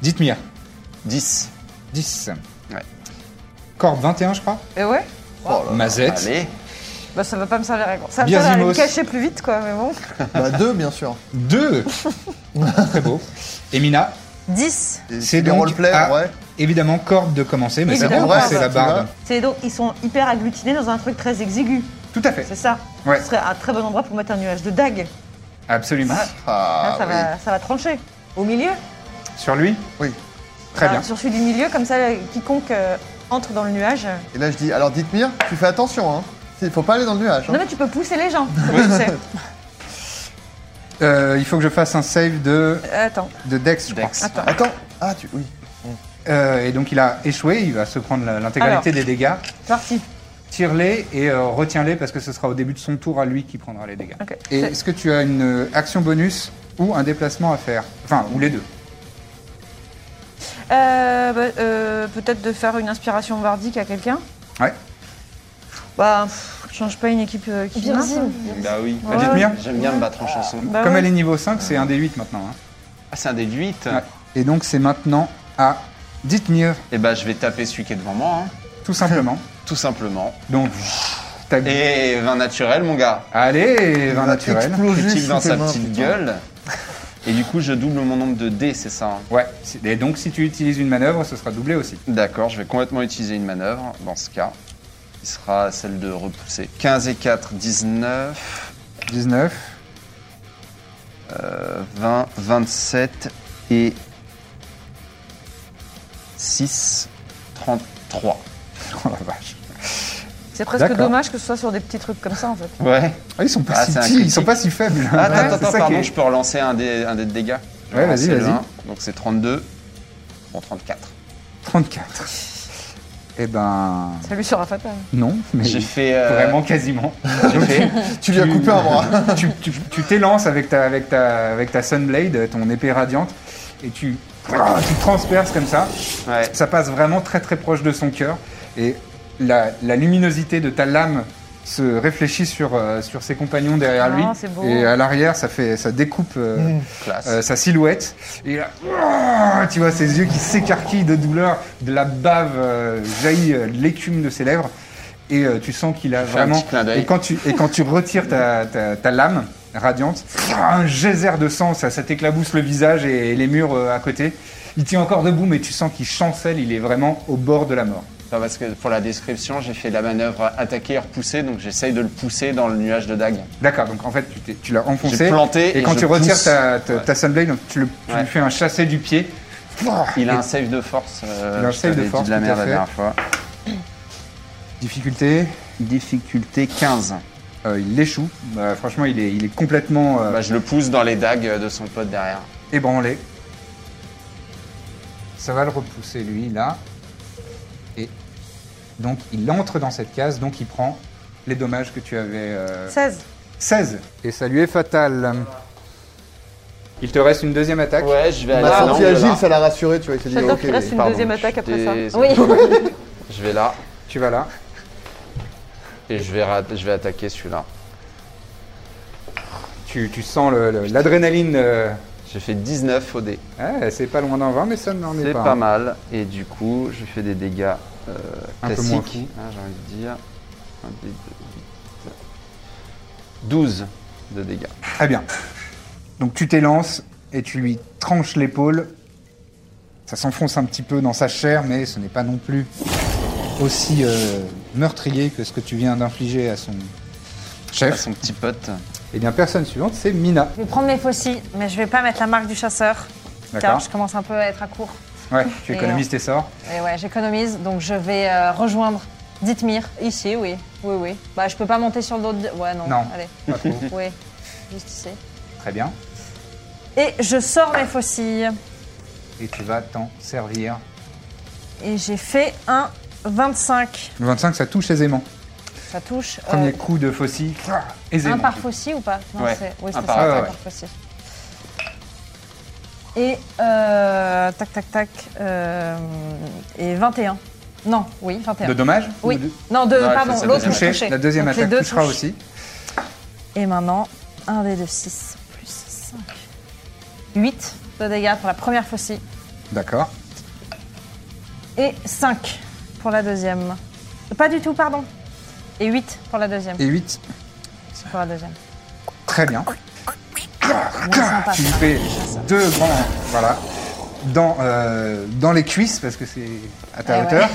Dithmir, 10. 10. Ouais. Corbe, 21, je crois. Et Eh ouais Mazette. Allez. Bah ça va pas me servir à grand. Ça va me Bien servir à me Zimos. cacher plus vite quoi, mais bon. Bah deux, bien sûr. Deux Très beau. Et Mina, 10. Des- c'est des donc roleplay, à- ouais. évidemment corde de commencer, mais c'est Évidemment, bon, hein, ouais, c'est bah, la tu barbe. C'est donc ils sont hyper agglutinés dans un truc très exigu. Tout à fait, C'est ça. Ouais. Ce serait un très bon endroit pour mettre un nuage de dague. absolument. Ah, Là, ça, va, ça va trancher. Au milieu. Sur lui oui. oui. Très Enfin, bien. Sur celui du milieu, comme ça, quiconque euh, entre dans le nuage. euh. Et là je dis, alors dites-moi, tu fais attention hein. Il faut pas aller dans le nuage. hein. Non mais tu peux pousser les gens. comme tu sais. Euh, il faut que je fasse un save de, Euh, Attends. de Dex, je Dex. crois. Attends. Attends, ah tu, oui. Euh, et donc il a échoué, il va se prendre la- l'intégralité des dégâts. C'est parti. Tire-les et euh, retiens-les parce que ce sera au début de son tour à lui qui prendra les dégâts. Ok. Et est-ce que tu as une euh, action bonus ou un déplacement à faire Enfin, ou les deux. Euh, bah, euh, Peut-être de faire une inspiration bardique à quelqu'un. Ouais. Bah, pff, je change pas une équipe euh, qui marche. hein. Bah oui. Ouais, Dites-moi. J'aime- J'aime bien me battre en chanson. Bah Comme ouais. elle est niveau 5, c'est un des 8 maintenant. hein. Ah, c'est un des 8. Ouais. Et donc c'est maintenant à Dithmir, Et bah, je vais taper celui qui est devant moi, hein. tout simplement. tout simplement. Donc, t'as... Et vin naturel, mon gars. Allez, vin va naturel. exploser Critique dans sous tes sa mains, petite putain. gueule. Et du coup, je double mon nombre de dés, c'est ça hein Ouais, si- et donc si tu utilises une manœuvre, ce sera doublé aussi. D'accord, je vais complètement utiliser une manœuvre dans ce cas. Qui sera celle de repousser. 15 et 4, 19, 19, euh, 20, 27 et 6, 33. oh la vache. C'est presque D'accord. dommage que ce soit sur des petits trucs comme ça en fait. Ouais. Ah, ils sont pas Ah, si c'est un petits, ils critique. sont pas si faibles. Ah, attends, Ouais, attends, c'est ça qui pardon, est- je peux relancer un dé, un dé de dégâts. Je vais Ouais, vas-y, relancer le vas-y. un. Donc c'est 32. Bon, 34. 34. Eh ben, Ça lui sera fatal. non, mais J'ai fait. euh, vraiment quasiment. J'ai fait. Tu lui as coupé un bras. tu, tu- tu t'élances avec ta, avec, ta, avec ta Sunblade, ton épée radiante, et tu, tu transperces comme ça. Ouais. Ça passe vraiment très très proche de son cœur. Et la, la luminosité de ta lame se réfléchit sur, euh, sur ses compagnons derrière Ah, lui. c'est beau. Et à l'arrière, ça, fait, ça découpe euh, Classe. euh, sa silhouette. Et là, tu vois ses yeux qui s'écarquillent de douleur, de la bave euh, jaillit euh, de l'écume de ses lèvres. Et euh, tu sens qu'il a fais un vraiment. petit clin d'œil. Et quand tu, et quand tu retires ta, ta- ta lame radiante, un geyser de sang, ça, ça t'éclabousse le visage et, et les murs euh, à côté. Il tient encore debout, mais tu sens qu'il chancelle, il est vraiment au bord de la mort. Non, parce que pour la description, j'ai fait la manœuvre attaquer et repousser, donc j'essaye de le pousser dans le nuage de dague. D'accord, donc en fait, tu, t'es- tu l'as enfoncé. J'ai planté Et, et quand je tu retires pousse. ta, ta, Ouais. ta sunblade, donc tu, le- tu Ouais. lui fais un chassé du pied. Il Et a un save de force. euh, Il a un je save de t'avais dit force, de la tout à merde la fait. dernière fois. difficulté. Difficulté 15. Euh, il l'échoue. Bah, franchement, il est, il est complètement euh, Bah, je le pousse dans les dagues de son pote derrière. ébranlé. Ça va le repousser, lui, là. Donc il entre dans cette case, donc il prend les dommages que tu avais. euh, 16. 16 Et ça lui est fatal. Il te reste une deuxième attaque. Ouais, je vais On aller Ah, a à senti l'angle, Agile, là. ça l'a rassuré, tu vois. Il s'est dit, J'adore ok, qu'il reste mais une pardon. deuxième attaque après ça. Des- Oui. Je vais là Tu vas là. et je vais, ra- je vais attaquer celui-là. Tu, tu sens le- le- l'adrénaline. euh, J'ai fait 19 au dé. ouais, c'est pas loin d'en 20, mais ça n'en est, C'est pas. hein. pas, mal. Et du coup, je fais des dégâts euh, Un peu moins. classiques. hein, J'ai envie de dire. Un dé de huit. 12 de dégâts. Très bien. Donc tu t'élances et tu lui tranches l'épaule. Ça s'enfonce un petit peu dans sa chair, mais ce n'est pas non plus aussi euh, meurtrier que ce que tu viens d'infliger à son À chef. son petit pote. Et bien, personne suivante, c'est Mina. Je vais prendre mes faucilles, mais je vais pas mettre la marque du chasseur. Car D'accord. je commence un peu à être à court. Ouais, tu Et économises tes sorts. Et ouais, j'économise, donc je vais euh, rejoindre Dithmir. Ici, oui. Oui, oui. Bah, je peux pas monter sur l'autre. Ouais, non. Non. Allez. Pas trop. Oui. Juste ici. Très bien. Et je sors mes faucilles. Et tu vas t'en servir. Et j'ai fait un 25. Le 25, ça touche aisément. Ça touche. euh, Premier coup de faucille, clac, aisément. un par faucille ou pas Non, Ouais, c'est- Oui, un c'est ça, par un attaque. par faucille. Et. euh, tac, tac, tac. euh, et 21. Non, oui, 21. De dommages Oui. Ou de- Non, de, Non, elle pardon, fait sa l'autre deuxième Touché. touché. La deuxième Donc, les attaque deux touchera touchent. aussi. Et maintenant, un des deux, 6 plus 5. 8 de dégâts pour la première faucille D'accord. et 5 pour la deuxième. Pas du tout, pardon. Et 8 pour la deuxième. Et 8. C'est pour la deuxième. Très bien. Ah, Tu lui fais deux grands. Voilà. Dans, euh, dans les cuisses, parce que c'est à ta Eh ouais. hauteur.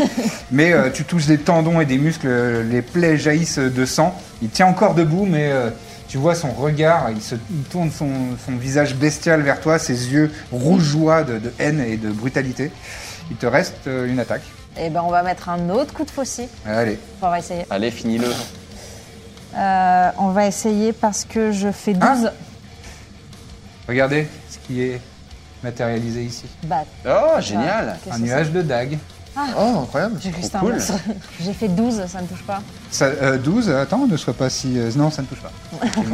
Mais euh, tu touches des tendons et des muscles, les plaies jaillissent de sang. Il tient encore debout, mais euh, tu vois son regard, il, se, il tourne son, son visage bestial vers toi, ses yeux rougeois de, de haine et de brutalité. Il te reste euh, une attaque. Et ben on va mettre un autre coup de faucille. Allez, Enfin, on va essayer. Allez, finis-le. Euh, on va essayer parce que je fais 12. regardez ce qui est matérialisé ici. Bah, Oh, génial qu'est-ce Un que c'est nuage de dague. Oh, incroyable. J'ai juste Trop un cool. monstre. J'ai fait 12, ça ne touche pas. Ça, euh, 12, attends, ne sois pas si. euh, non, ça ne touche pas. Effectivement.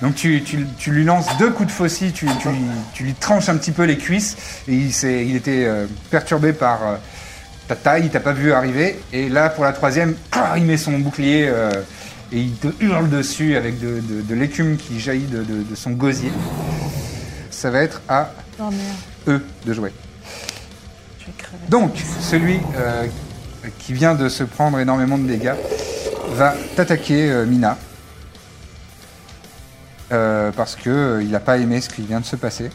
Donc tu, tu- tu lui lances deux coups de faucille, tu, tu lui- tu lui tranches un petit peu les cuisses, et il, s'est- il était euh, perturbé par euh, ta taille, il t'a pas vu arriver, et là pour la troisième, ah, il met son bouclier euh, et il te hurle dessus avec de, de- de l'écume qui jaillit de, de- de son gosier. Ça va être à Non, Oh, merde, eux de jouer. je vais crever. Donc, celui euh, qui vient de se prendre énormément de dégâts va t'attaquer, euh, Mina. Euh, parce qu'il n'a pas aimé ce qui vient de se passer.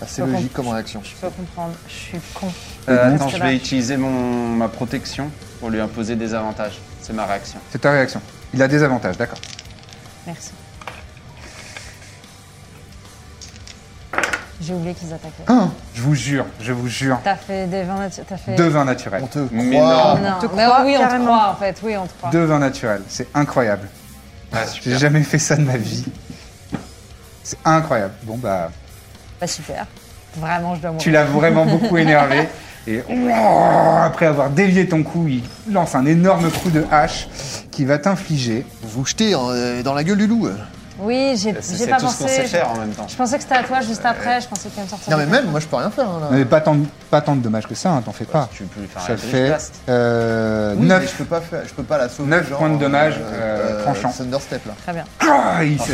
Ah, C'est logique comme réaction. Je peux comprendre, je suis con. Euh, donc, Attends, c'est je là. vais utiliser mon, ma protection pour lui imposer des avantages. C'est ma réaction. C'est ta réaction. Il a des avantages, d'accord. Merci. J'ai oublié qu'ils attaquaient. Ah. Je vous jure, je vous jure. T'as fait des 20 natu- T'as fait. Deux vins naturels. On te Mais croit. Non, te mais croit oui, on te carrément. croit en fait. Oui, on te croit. Deux vins naturels, c'est incroyable. Ah, J'ai super. jamais fait ça de ma vie. C'est incroyable. Bon bah, Bah super. Vraiment, je dois Tu mourir. l'as vraiment beaucoup énervé. Et après avoir dévié ton coup, il lance un énorme coup de hache qui va t'infliger. Vous jetez euh, dans la gueule du loup. euh. Oui, j'ai Bah, C'est j'ai c'est pas tout ce qu'on pensé. sait je- faire hein. Euh, en même temps. Je pensais que c'était à toi juste après. Je pensais qu'il allait me sortir. Non, mais des- même, moi, je peux rien faire. hein, là. Mais Euh, pas tant, pas tant de dommages que ça, hein, t'en fais pas. Tu peux lui faire un Ça drift fait blast. euh, Oui, mais 9. je peux pas faire, je peux pas la sauver. Neuf points de dommage, euh, tranchant. Thunder Step, là. Très bien. Ah, Il se Ça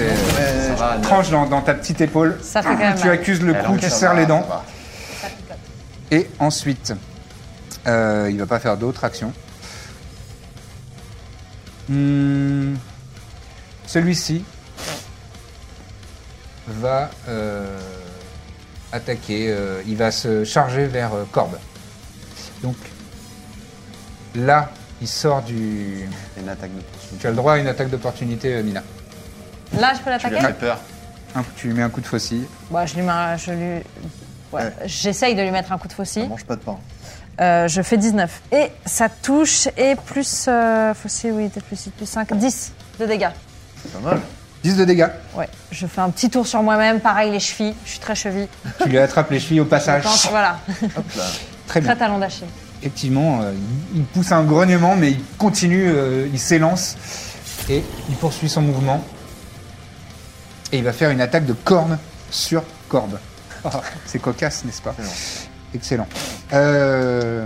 va, neuf. tranche dans, dans ta petite épaule. Ça fait quand même Tu mal. accuses le Elle coup, encaisse, tu ça serres va, les ça dents. va. Et ensuite, euh, il va pas faire d'autres actions. Hmm, Celui-ci va euh, attaquer. euh, il va se charger vers euh, Corbe. Donc là, il sort du. Une attaque de poursuite. Tu as le droit à une attaque d'opportunité, euh, Mina. Là, je peux Tu lui l'attaquer. as fait peur. Un- tu lui mets un coup de faucille. Bah, je lui mets. un- Je lui. Ouais. J'essaye de lui mettre un coup de Ça faucille. mange pas de pain. Euh, je fais 19. Et ça touche, et plus. Euh, faucille, oui, peut-être plus 6, plus 5. 10 de dégâts. C'est pas mal. 10 de dégâts. Ouais. Je fais un petit tour sur moi-même. Pareil, les chevilles. Je suis très cheville. Tu lui attrapes les chevilles au Je passage. pense, voilà. Hop là. Très bien. Très talent d'Achille. effectivement, euh, il pousse un grognement, mais il continue, euh, il s'élance et il poursuit son mouvement. Et il va faire une attaque de corne sur corde. Ah, C'est cocasse, n'est-ce pas Excellent. Euh,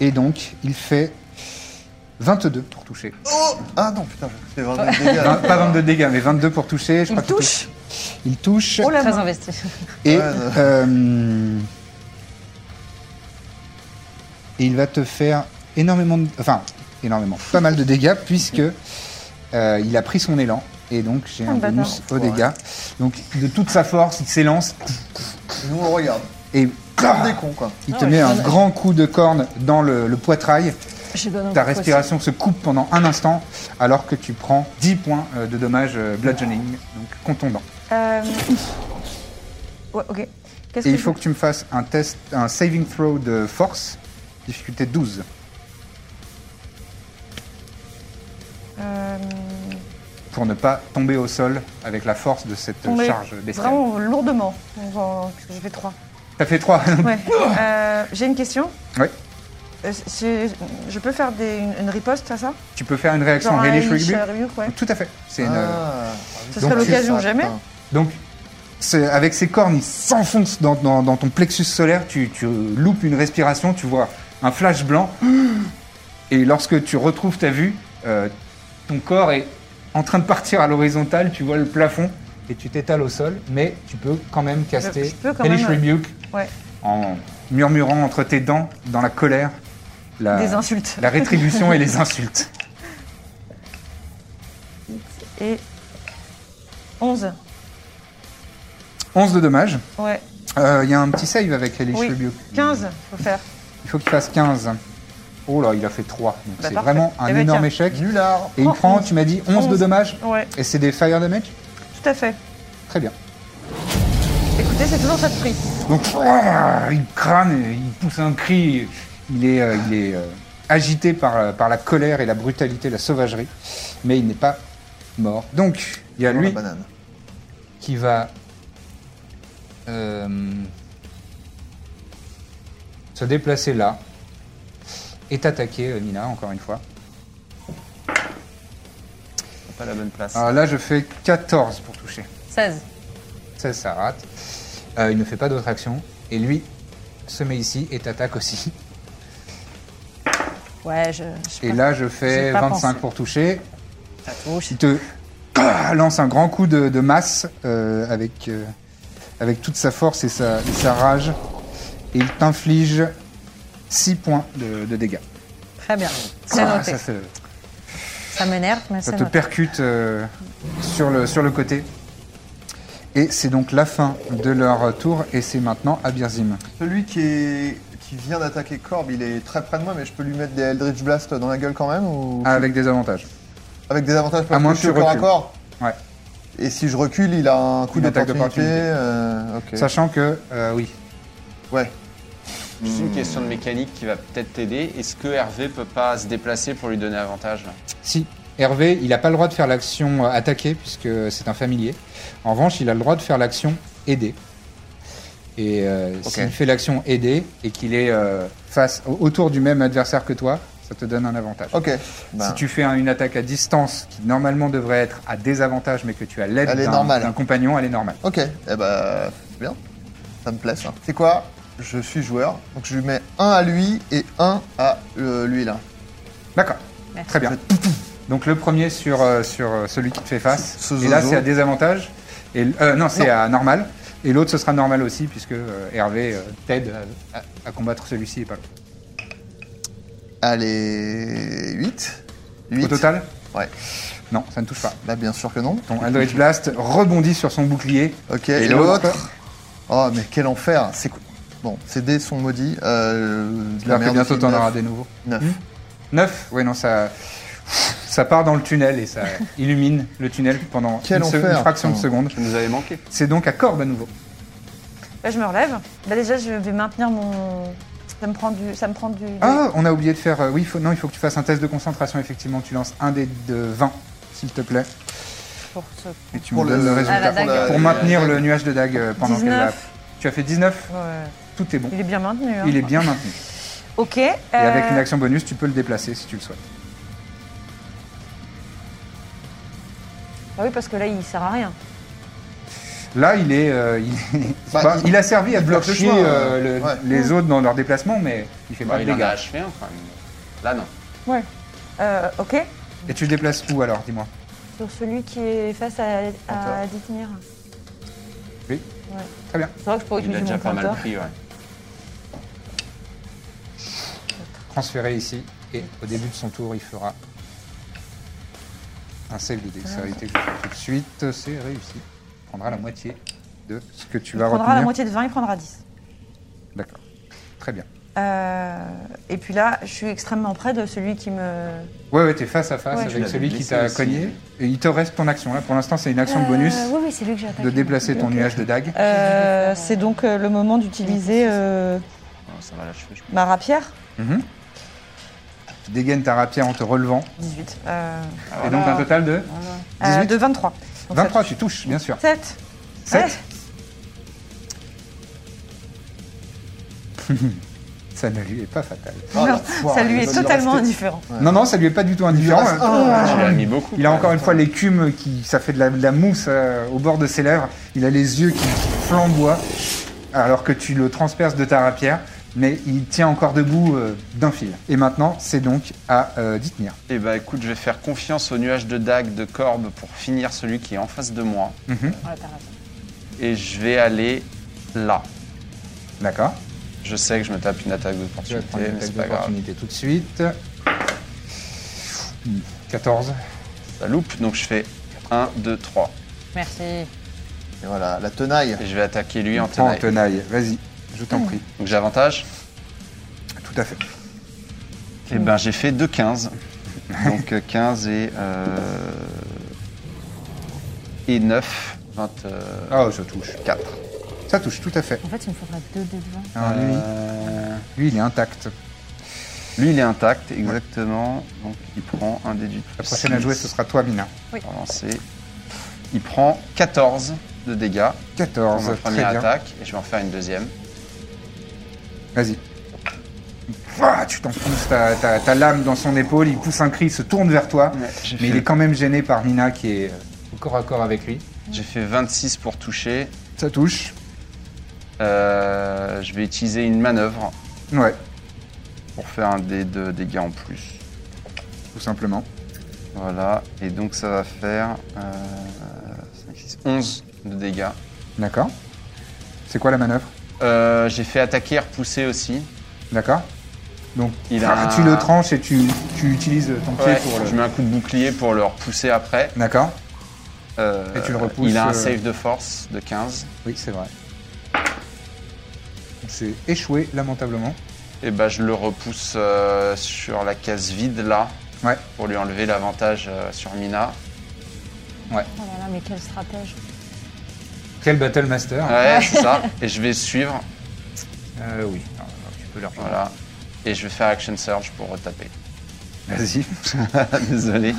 et donc, il fait 22 pour toucher. Oh. Ah non, putain, j'ai fait 22 dégâts. Vingt- pas 22 dégâts, mais 22 pour toucher. Je Il crois qu'il touche Il touche. Oh là Très là investi. Et, Ouais, non. euh, et il va te faire énormément de... Enfin, énormément. Pas mal de dégâts puisque euh, il a pris son élan. Et donc j'ai Ah, un le bâtard. bonus aux dégâts. Donc de toute sa force, il s'élance Nous, on regarde. et Comme des cons, quoi. Ah il te met un grand coup de corne dans le, le poitrail. J'ai donné un Ta coup de poisson. respiration se coupe pendant un instant alors que tu prends 10 points euh, de dommages euh, bludgeoning, donc contondant. Euh, Ouais, ok. Qu'est-ce Et que il je- faut que tu me fasses un test, un saving throw de force, difficulté 12. Euh, pour ne pas tomber au sol avec la force de cette euh, tomber charge bestiale. Vraiment lourdement. Donc, en- Parce que j'ai fait 3. T'as fait 3 Ouais. Euh, j'ai une question. Ouais. Euh, c'est- Je peux faire des- une, une riposte à ça Tu peux faire une réaction Genre en un relish Elish, rebuke euh, rebuke, ouais. Tout à fait. C'est une, euh, Ah. Ce Donc, serait l'occasion, Ah, jamais. putain. Donc, c'est- avec ses cornes, il s'enfonce dans, dans- dans ton plexus solaire, tu, tu loupes une respiration, tu vois un flash blanc, et lorsque tu retrouves ta vue, euh, ton corps est en train de partir à l'horizontale, tu vois le plafond, et tu t'étales au sol, mais tu peux quand même caster je peux quand Hellish même, Rebuke Ouais. en murmurant entre tes dents, dans la colère, la, Des insultes. Euh, la rétribution et les insultes. Et 11. 11 de dommages. Ouais. Euh, Il y a un petit save avec Hellish Oui. Rebuke. 15, faut faire. Il faut qu'il fasse 15. Oh là, il a fait 3. Donc c'est parfait. vraiment un Eh ben, énorme tiens. échec. Nulard. Et il Oh, prend, 11. tu m'as dit, 11, de 11. dommages. Ouais, Et c'est des fire damage tout à fait. Très bien. Écoutez, c'est toujours ça de prix. Donc, ouah, il crâne, il pousse un cri. Il est, euh, il est euh, agité par, euh, par la colère et la brutalité, la sauvagerie. Mais il n'est pas mort. Donc, il y a Dans la lui banane. qui va euh, se déplacer là et t'attaquer, euh, Mina, encore une fois. Pas la bonne place. Alors Ah, là, je fais 14 pour toucher. 16. 16, ça rate. Euh, il ne fait pas d'autre action. Et lui se met ici et t'attaque aussi. Ouais, je. je sais Et pas. là, je fais J'ai pas 25 pensé. pour toucher. Il te lance un grand coup de, de masse euh, avec, euh, avec toute sa force et sa, et sa rage. Et il t'inflige 6 points de, de dégâts. Très bien. C'est Ah, noté. ça, Ça, se- m'énerve, mais ça c'est te noté. percute euh, sur, le, sur le côté. Et c'est donc la fin de leur tour. Et c'est maintenant à Birzim. Celui qui, est... qui vient d'attaquer Corbe, il est très près de moi, mais je peux lui mettre des Eldritch Blast dans la gueule quand même ou... Avec des avantages. Avec des avantages Ah. À parce moins que je suis que au tu corps à recules. corps Ouais. Et si je recule, il a un coup Une attaque d'opportunité. d'opportunité. euh, ok. Sachant que, euh, oui, Ouais. Juste une question de mécanique qui va peut-être t'aider. Est-ce que Hervé peut pas se déplacer pour lui donner avantage là si, Hervé, il n'a pas le droit de faire l'action euh, attaquer, puisque c'est un familier. En revanche, il a le droit de faire l'action aider. Et euh, s'il fait l'action aider et qu'il est euh, face, au- autour du même adversaire que toi, ça te donne un avantage. Ok. Ben, Si tu fais un- une attaque à distance, qui normalement devrait être à désavantage, mais que tu as l'aide Elle est d'un normale. d'un compagnon, elle est normale. Ok. Eh ben, c'est bien. Ça me plaît ça. C'est quoi Je suis joueur, donc je lui mets un à lui et un à euh, lui là. D'accord. Merci. Très bien. Donc le premier sur, euh, sur euh, celui qui te fait face. Ce et là, zozo. c'est à désavantage. Et, l- euh, non, c'est Non. à normal. Et l'autre, ce sera normal aussi, puisque euh, Hervé euh, t'aide à, à- à combattre celui-ci et pas l'autre. Allez, 8 8 Au total Ouais. Non, ça ne touche pas. Là, bien sûr que non. Ton Eldritch Blast rebondit sur son bouclier. Ok, Et et, l'autre l'autre Oh, mais quel enfer C'est quoi Bon, ces dés sont maudits. Euh, de J'espère que bientôt aussi, t'en neuf. auras des Hmm nouveaux. Neuf. 9 Oui, non, ça, ça part dans le tunnel et ça illumine le tunnel pendant Quel une, se- enfer, Oh. une fraction de putain. seconde. Tu nous avais manqué. C'est donc à Corbe à nouveau. Là, je me relève. Bah, déjà, je vais maintenir mon. Ça me prend du. Ça me prend du. Ah, on a oublié de faire. euh, oui, il faut, non, il faut que tu fasses un test de concentration. Effectivement, tu lances un des de 20, s'il te plaît. Pour ce- Et tu Pour me donnes le- bah, le Ah, résultat. la dague. pour, Pour la- maintenir le nuage de dague euh, pendant qu'elle l'a. 19. Tu as fait 19, Ouais. tout est bon. Il est bien maintenu. Hein. Il est bien maintenu. Ok. euh, Et avec une action bonus, tu peux le déplacer si tu le souhaites. Ah oui, parce que là, il sert à rien. Là, il est, euh, il, est- Bah, pas- il- il a servi à il bloquer cherche le chemin, euh, le- ouais. les autres dans leur déplacement, mais il fait Bah, pas de il en a dégâts. achevé un quand même. Là, non. Ouais. Euh, ok. Et tu le déplaces où alors, dis-moi Sur celui qui est face à, à Mentor. Dithmir. Oui. Ouais. Très bien. C'est vrai que je pourrais Il a utiliser déjà mon pas mal pointeur. pris, ouais. Transféré ici, et au début de son tour, il fera un save de dextérité que Ah, je fais tout de suite. C'est réussi. Il prendra la moitié de ce que tu Il vas prendra la retenir. moitié de 20, il prendra 10. D'accord. Très bien. Euh, et puis là, je suis extrêmement près de celui qui me. Ouais, ouais, t'es face à face Ouais. Tu avec l'avais celui qui blessé t'a aussi. cogné. Et il te reste ton action. Là, pour l'instant, c'est une action bonus Euh, oui, oui, c'est lui que j'ai attaqué. de déplacer ton nuage de dague. Euh, c'est donc euh, le moment d'utiliser euh, Oh, ça va l'achever, je pense. ma rapière. Tu dégaines ta rapière en te relevant. 18. Euh, Et donc, un total de euh, 18. de 23. Donc ça 23, tu touches, bien sûr. touche. 7. 7 Ça ne lui est pas fatal. ça lui est totalement indifférent. Non, non, ça lui est pas du tout indifférent. reste hein. Il a mis beaucoup. Il a encore une fois l'écume qui, ça fait de la, de la mousse euh, au bord de ses lèvres. Il a les yeux qui flamboient alors que tu le transperces de ta rapière, mais il tient encore debout euh, d'un fil. Et maintenant, c'est donc à euh, Dithmir. Et bah écoute, je vais faire confiance au nuage de dague de Corbe pour finir celui qui est en face de moi. Mhm. Et je vais aller là. D'accord. Je sais que je me tape une attaque Tu vas d'opportunité, prendre une mais c'est attaque pas grave. d'opportunité tout de suite. 14. Ça loupe, donc je fais 1, 2, 3. Merci. Et voilà, la tenaille. Et je vais attaquer lui en Prends en tenaille. tenaille. Vas-y, je t'en prie. Donc j'ai avantage. Tout à fait. Et ben j'ai fait 2, 15. Donc euh, 15 et, euh, et 9, 24. Ah, ça touche. Ça touche, tout à fait. En fait, il me faudrait deux dés de 20. Alors, Ah, lui, lui, il est intact. Euh, Lui, il est intact, exactement. Donc, il prend un déduit. La prochaine à jouer, ce sera toi, Mina. Il prend 14 de dégâts pour 14, ma très première bien. attaque, et je vais en faire une deuxième. Vas-y. Ah, tu t'enfonces ta, ta- ta lame dans son épaule, il pousse un cri, il se tourne vers toi, Ouais, j'ai mais il fait- est quand même gêné par Mina qui est euh, au corps à corps avec lui. J'ai fait 26 pour toucher. Ça touche. Euh, je vais utiliser une manœuvre Ouais, pour faire un dé de dégâts en plus. tout simplement. Voilà, et donc ça va faire euh, 5, 6, 11 de dégâts. D'accord. C'est quoi la manœuvre Euh, j'ai fait attaquer et repousser aussi. D'accord Donc, Il a ah, un- tu le tranches et tu, tu utilises ton pied Ouais, pour Je le. mets un coup de bouclier pour le repousser après. D'accord Euh, Et tu le repousses, Il a un euh, save de force de 15. Oui, c'est vrai. C'est échoué, lamentablement. Et bah je le repousse euh, sur la case vide là Ouais. pour lui enlever l'avantage euh, sur Mina. Oh là là, mais quel stratège. Quel Battle Master Ouais, c'est ça. Et je vais suivre. Euh, oui. Non, non, tu peux leur Voilà. Et je vais faire action surge pour retaper. Vas-y. Désolé.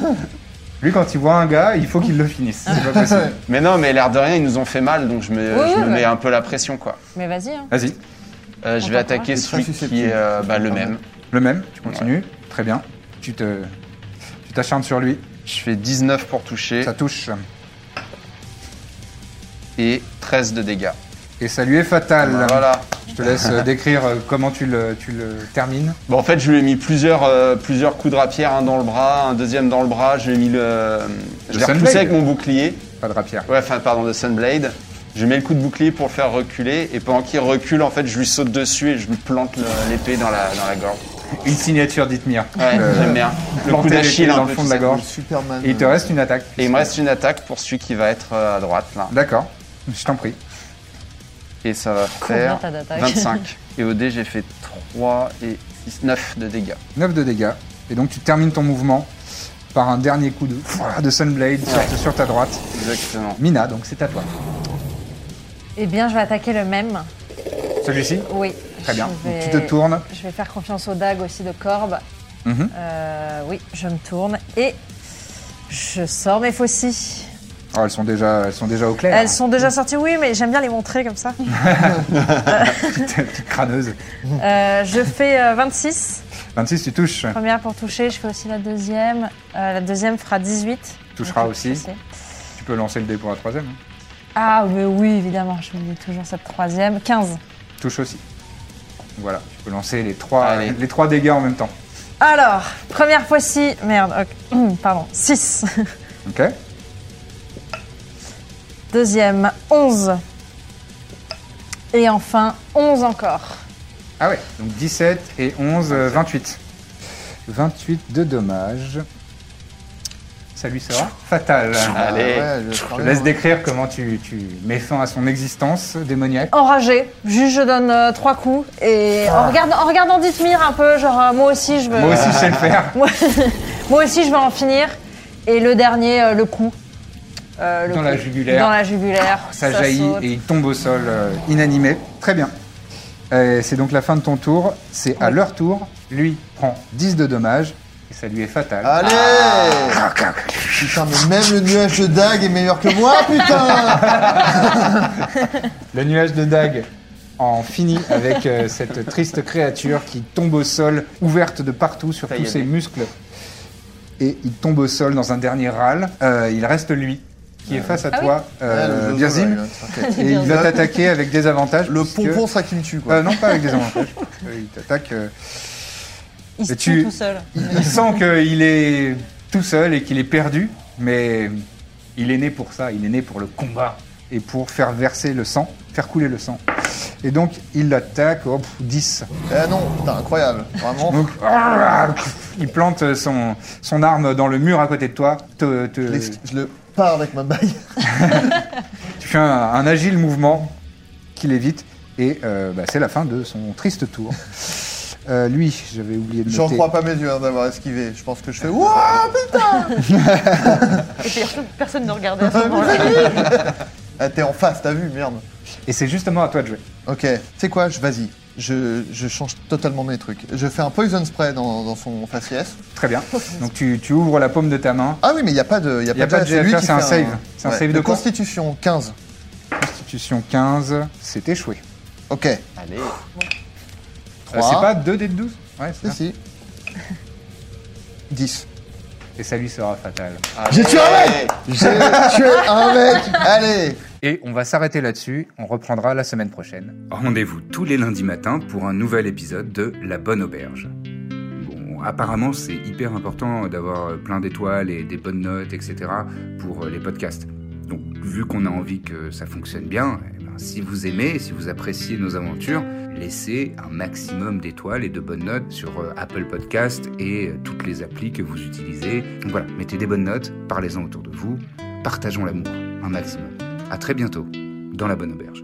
Lui, quand il voit un gars, il faut qu'il le finisse. C'est pas possible. Mais non, mais l'air de rien, ils nous ont fait mal, donc je me, Oui, je oui, me bah. mets un peu la pression quoi. Mais vas-y, hein. Vas-y. Euh, je vais attaquer c'est celui très qui est euh, bah, le même. Le même, tu continues. Très bien. Tu te. Tu t'acharnes sur lui, Je fais 19 pour toucher ça touche. et 13 de dégâts. Et ça lui est fatal. Voilà. Je te laisse euh, décrire euh, comment tu le, tu le termines. Bon, en fait, je lui ai mis plusieurs, euh, plusieurs coups de rapière, un dans le bras, un deuxième dans le bras. Je lui ai mis le. Je l'ai Sunblade. repoussé avec mon bouclier. Pas de rapière. Ouais, enfin, pardon, de Sunblade. Je mets le coup de bouclier pour le faire reculer, et pendant qu'il recule, en fait, je lui saute dessus et je lui plante le- l'épée dans la, dans la gorge. Une signature d'Itmir. Ouais, Euh, j'aime bien. Le coup planter d'Achille l'épée un dans peu, le fond tu de la sais. gorge. Superman. euh, Et il te reste une attaque. Et il me reste une attaque pour celui qui va être euh, à droite, là. D'accord, je t'en prie. Et ça va Combien faire t'as d'attaques 25. Et au dé, j'ai fait 3 et 6, 9 de dégâts. 9 de dégâts. Et donc tu termines ton mouvement par un dernier coup de, de Sunblade sur, sur ta droite. Exactement. Mina, donc c'est à toi. Eh bien, je vais attaquer le même. Celui-ci Oui. Très bien. je Donc, tu vais- te tournes. Je vais faire confiance aux dagues aussi de Corbe. Mhm. Euh, oui, je me tourne et je sors mes faucilles. Oh, elles, sont déjà, elles sont déjà au clair. Elles sont déjà sorties, oui, mais j'aime bien les montrer comme ça. Petite crâneuse. Euh, je fais euh, 26, 26, tu touches. première pour toucher, je fais aussi la deuxième. Euh, la deuxième fera 18. Touchera Donc, aussi. c'est- Tu peux lancer le dé pour la troisième. hein. Ah, mais oui, évidemment, je me dis toujours cette troisième. 15. Touche aussi. Voilà, tu peux lancer les trois, Allez. les trois dégâts en même temps. Alors, première fois-ci, merde, ok, pardon, 6. Ok Deuxième, 11. Et enfin, 11 encore. Ah ouais, donc 17 et 11, euh, 28. 28 de dommages. Ça lui sera fatal. Allez. Ah ouais, je Je te parlais, laisse hein. décrire comment tu, tu mets fin à son existence démoniaque. Enragée, juste je donne euh, trois coups et en regardant, en regardant Dithmir un peu, genre euh, moi aussi je veux. Ah. euh, Moi aussi, je sais le faire. moi, moi aussi je veux en finir. Et le dernier, euh, le coup. Euh, le Dans la jugulaire. Dans la jugulaire. Ça, jaillit saute. et il tombe au sol euh, inanimé. Très bien. Euh, c'est donc la fin de ton tour. C'est à leur tour. Lui prend 10 de dommages et ça lui est fatal. Allez Putain, mais même le nuage de Dag est meilleur que moi, Euh, putain Le nuage de Dag en finit avec euh, cette triste créature qui tombe au sol, ouverte de partout sur tous y est. ses muscles. Et il tombe au sol dans un dernier râle. Euh, il reste lui, qui est face à toi, euh, Ouais, Ah, le zozo, Birzim. là, il va- ok. Et il va t'attaquer avec des avantages. hein, Le puisque- pompon, ça qui me tue, quoi. Euh, non, pas avec des avantages. Euh, il t'attaque. euh, Il se Mais tue tu- tout seul. Il sent qu'il est tout seul et qu'il est perdu, mais il est né pour ça, il est né pour le combat et pour faire verser le sang, faire couler le sang. Et donc il l'attaque, hop, 10. Eh non, putain, incroyable. Oh. Vraiment. Donc, ah, il plante son, son arme dans le mur à côté de toi. Te- te- Je l'es- je le pars avec ma bague. tu fais un, un agile mouvement qui l'évite et euh, bah, c'est la fin de son triste tour. Euh, lui, j'avais oublié de J'en noter. crois pas mes yeux hein, d'avoir esquivé. Je pense que je fais. Ouah, putain Et personne, personne ne regardait à ce moment-là. Ah, T'es en face, t'as vu, merde. Et c'est justement à toi de jouer. Ok, tu sais quoi, je- vas-y. Je, je change totalement mes trucs. Je fais un poison spray dans, dans son faciès. Très bien. Donc tu- tu ouvres la paume de ta main. Ah oui, mais il n'y a pas de. Il Y a pas de c'est lui GFR, qui c'est un fait save. C'est un save de quoi Constitution 15. Constitution 15, c'est échoué. Ok. Euh, Allez. Euh, c'est c'est pas 2 d de 12 Ouais, c'est Si, ça. si. 10. Et ça lui sera fatal. J'ai tué un mec J'ai tué un mec Allez Et on va s'arrêter là-dessus, on reprendra la semaine prochaine. Rendez-vous tous les lundis matins pour un nouvel épisode de La Bonne Auberge. Bon, apparemment, c'est hyper important d'avoir euh, plein d'étoiles et des bonnes notes, etc. pour euh, les podcasts. Donc, vu qu'on a envie que ça fonctionne bien, eh ben, si vous aimez, si vous appréciez nos aventures, laissez un maximum d'étoiles et de bonnes notes sur euh, Apple Podcast et euh, toutes les applis que vous utilisez. Donc voilà, mettez des bonnes notes, parlez-en autour de vous, partageons l'amour un maximum. À très bientôt dans la bonne auberge.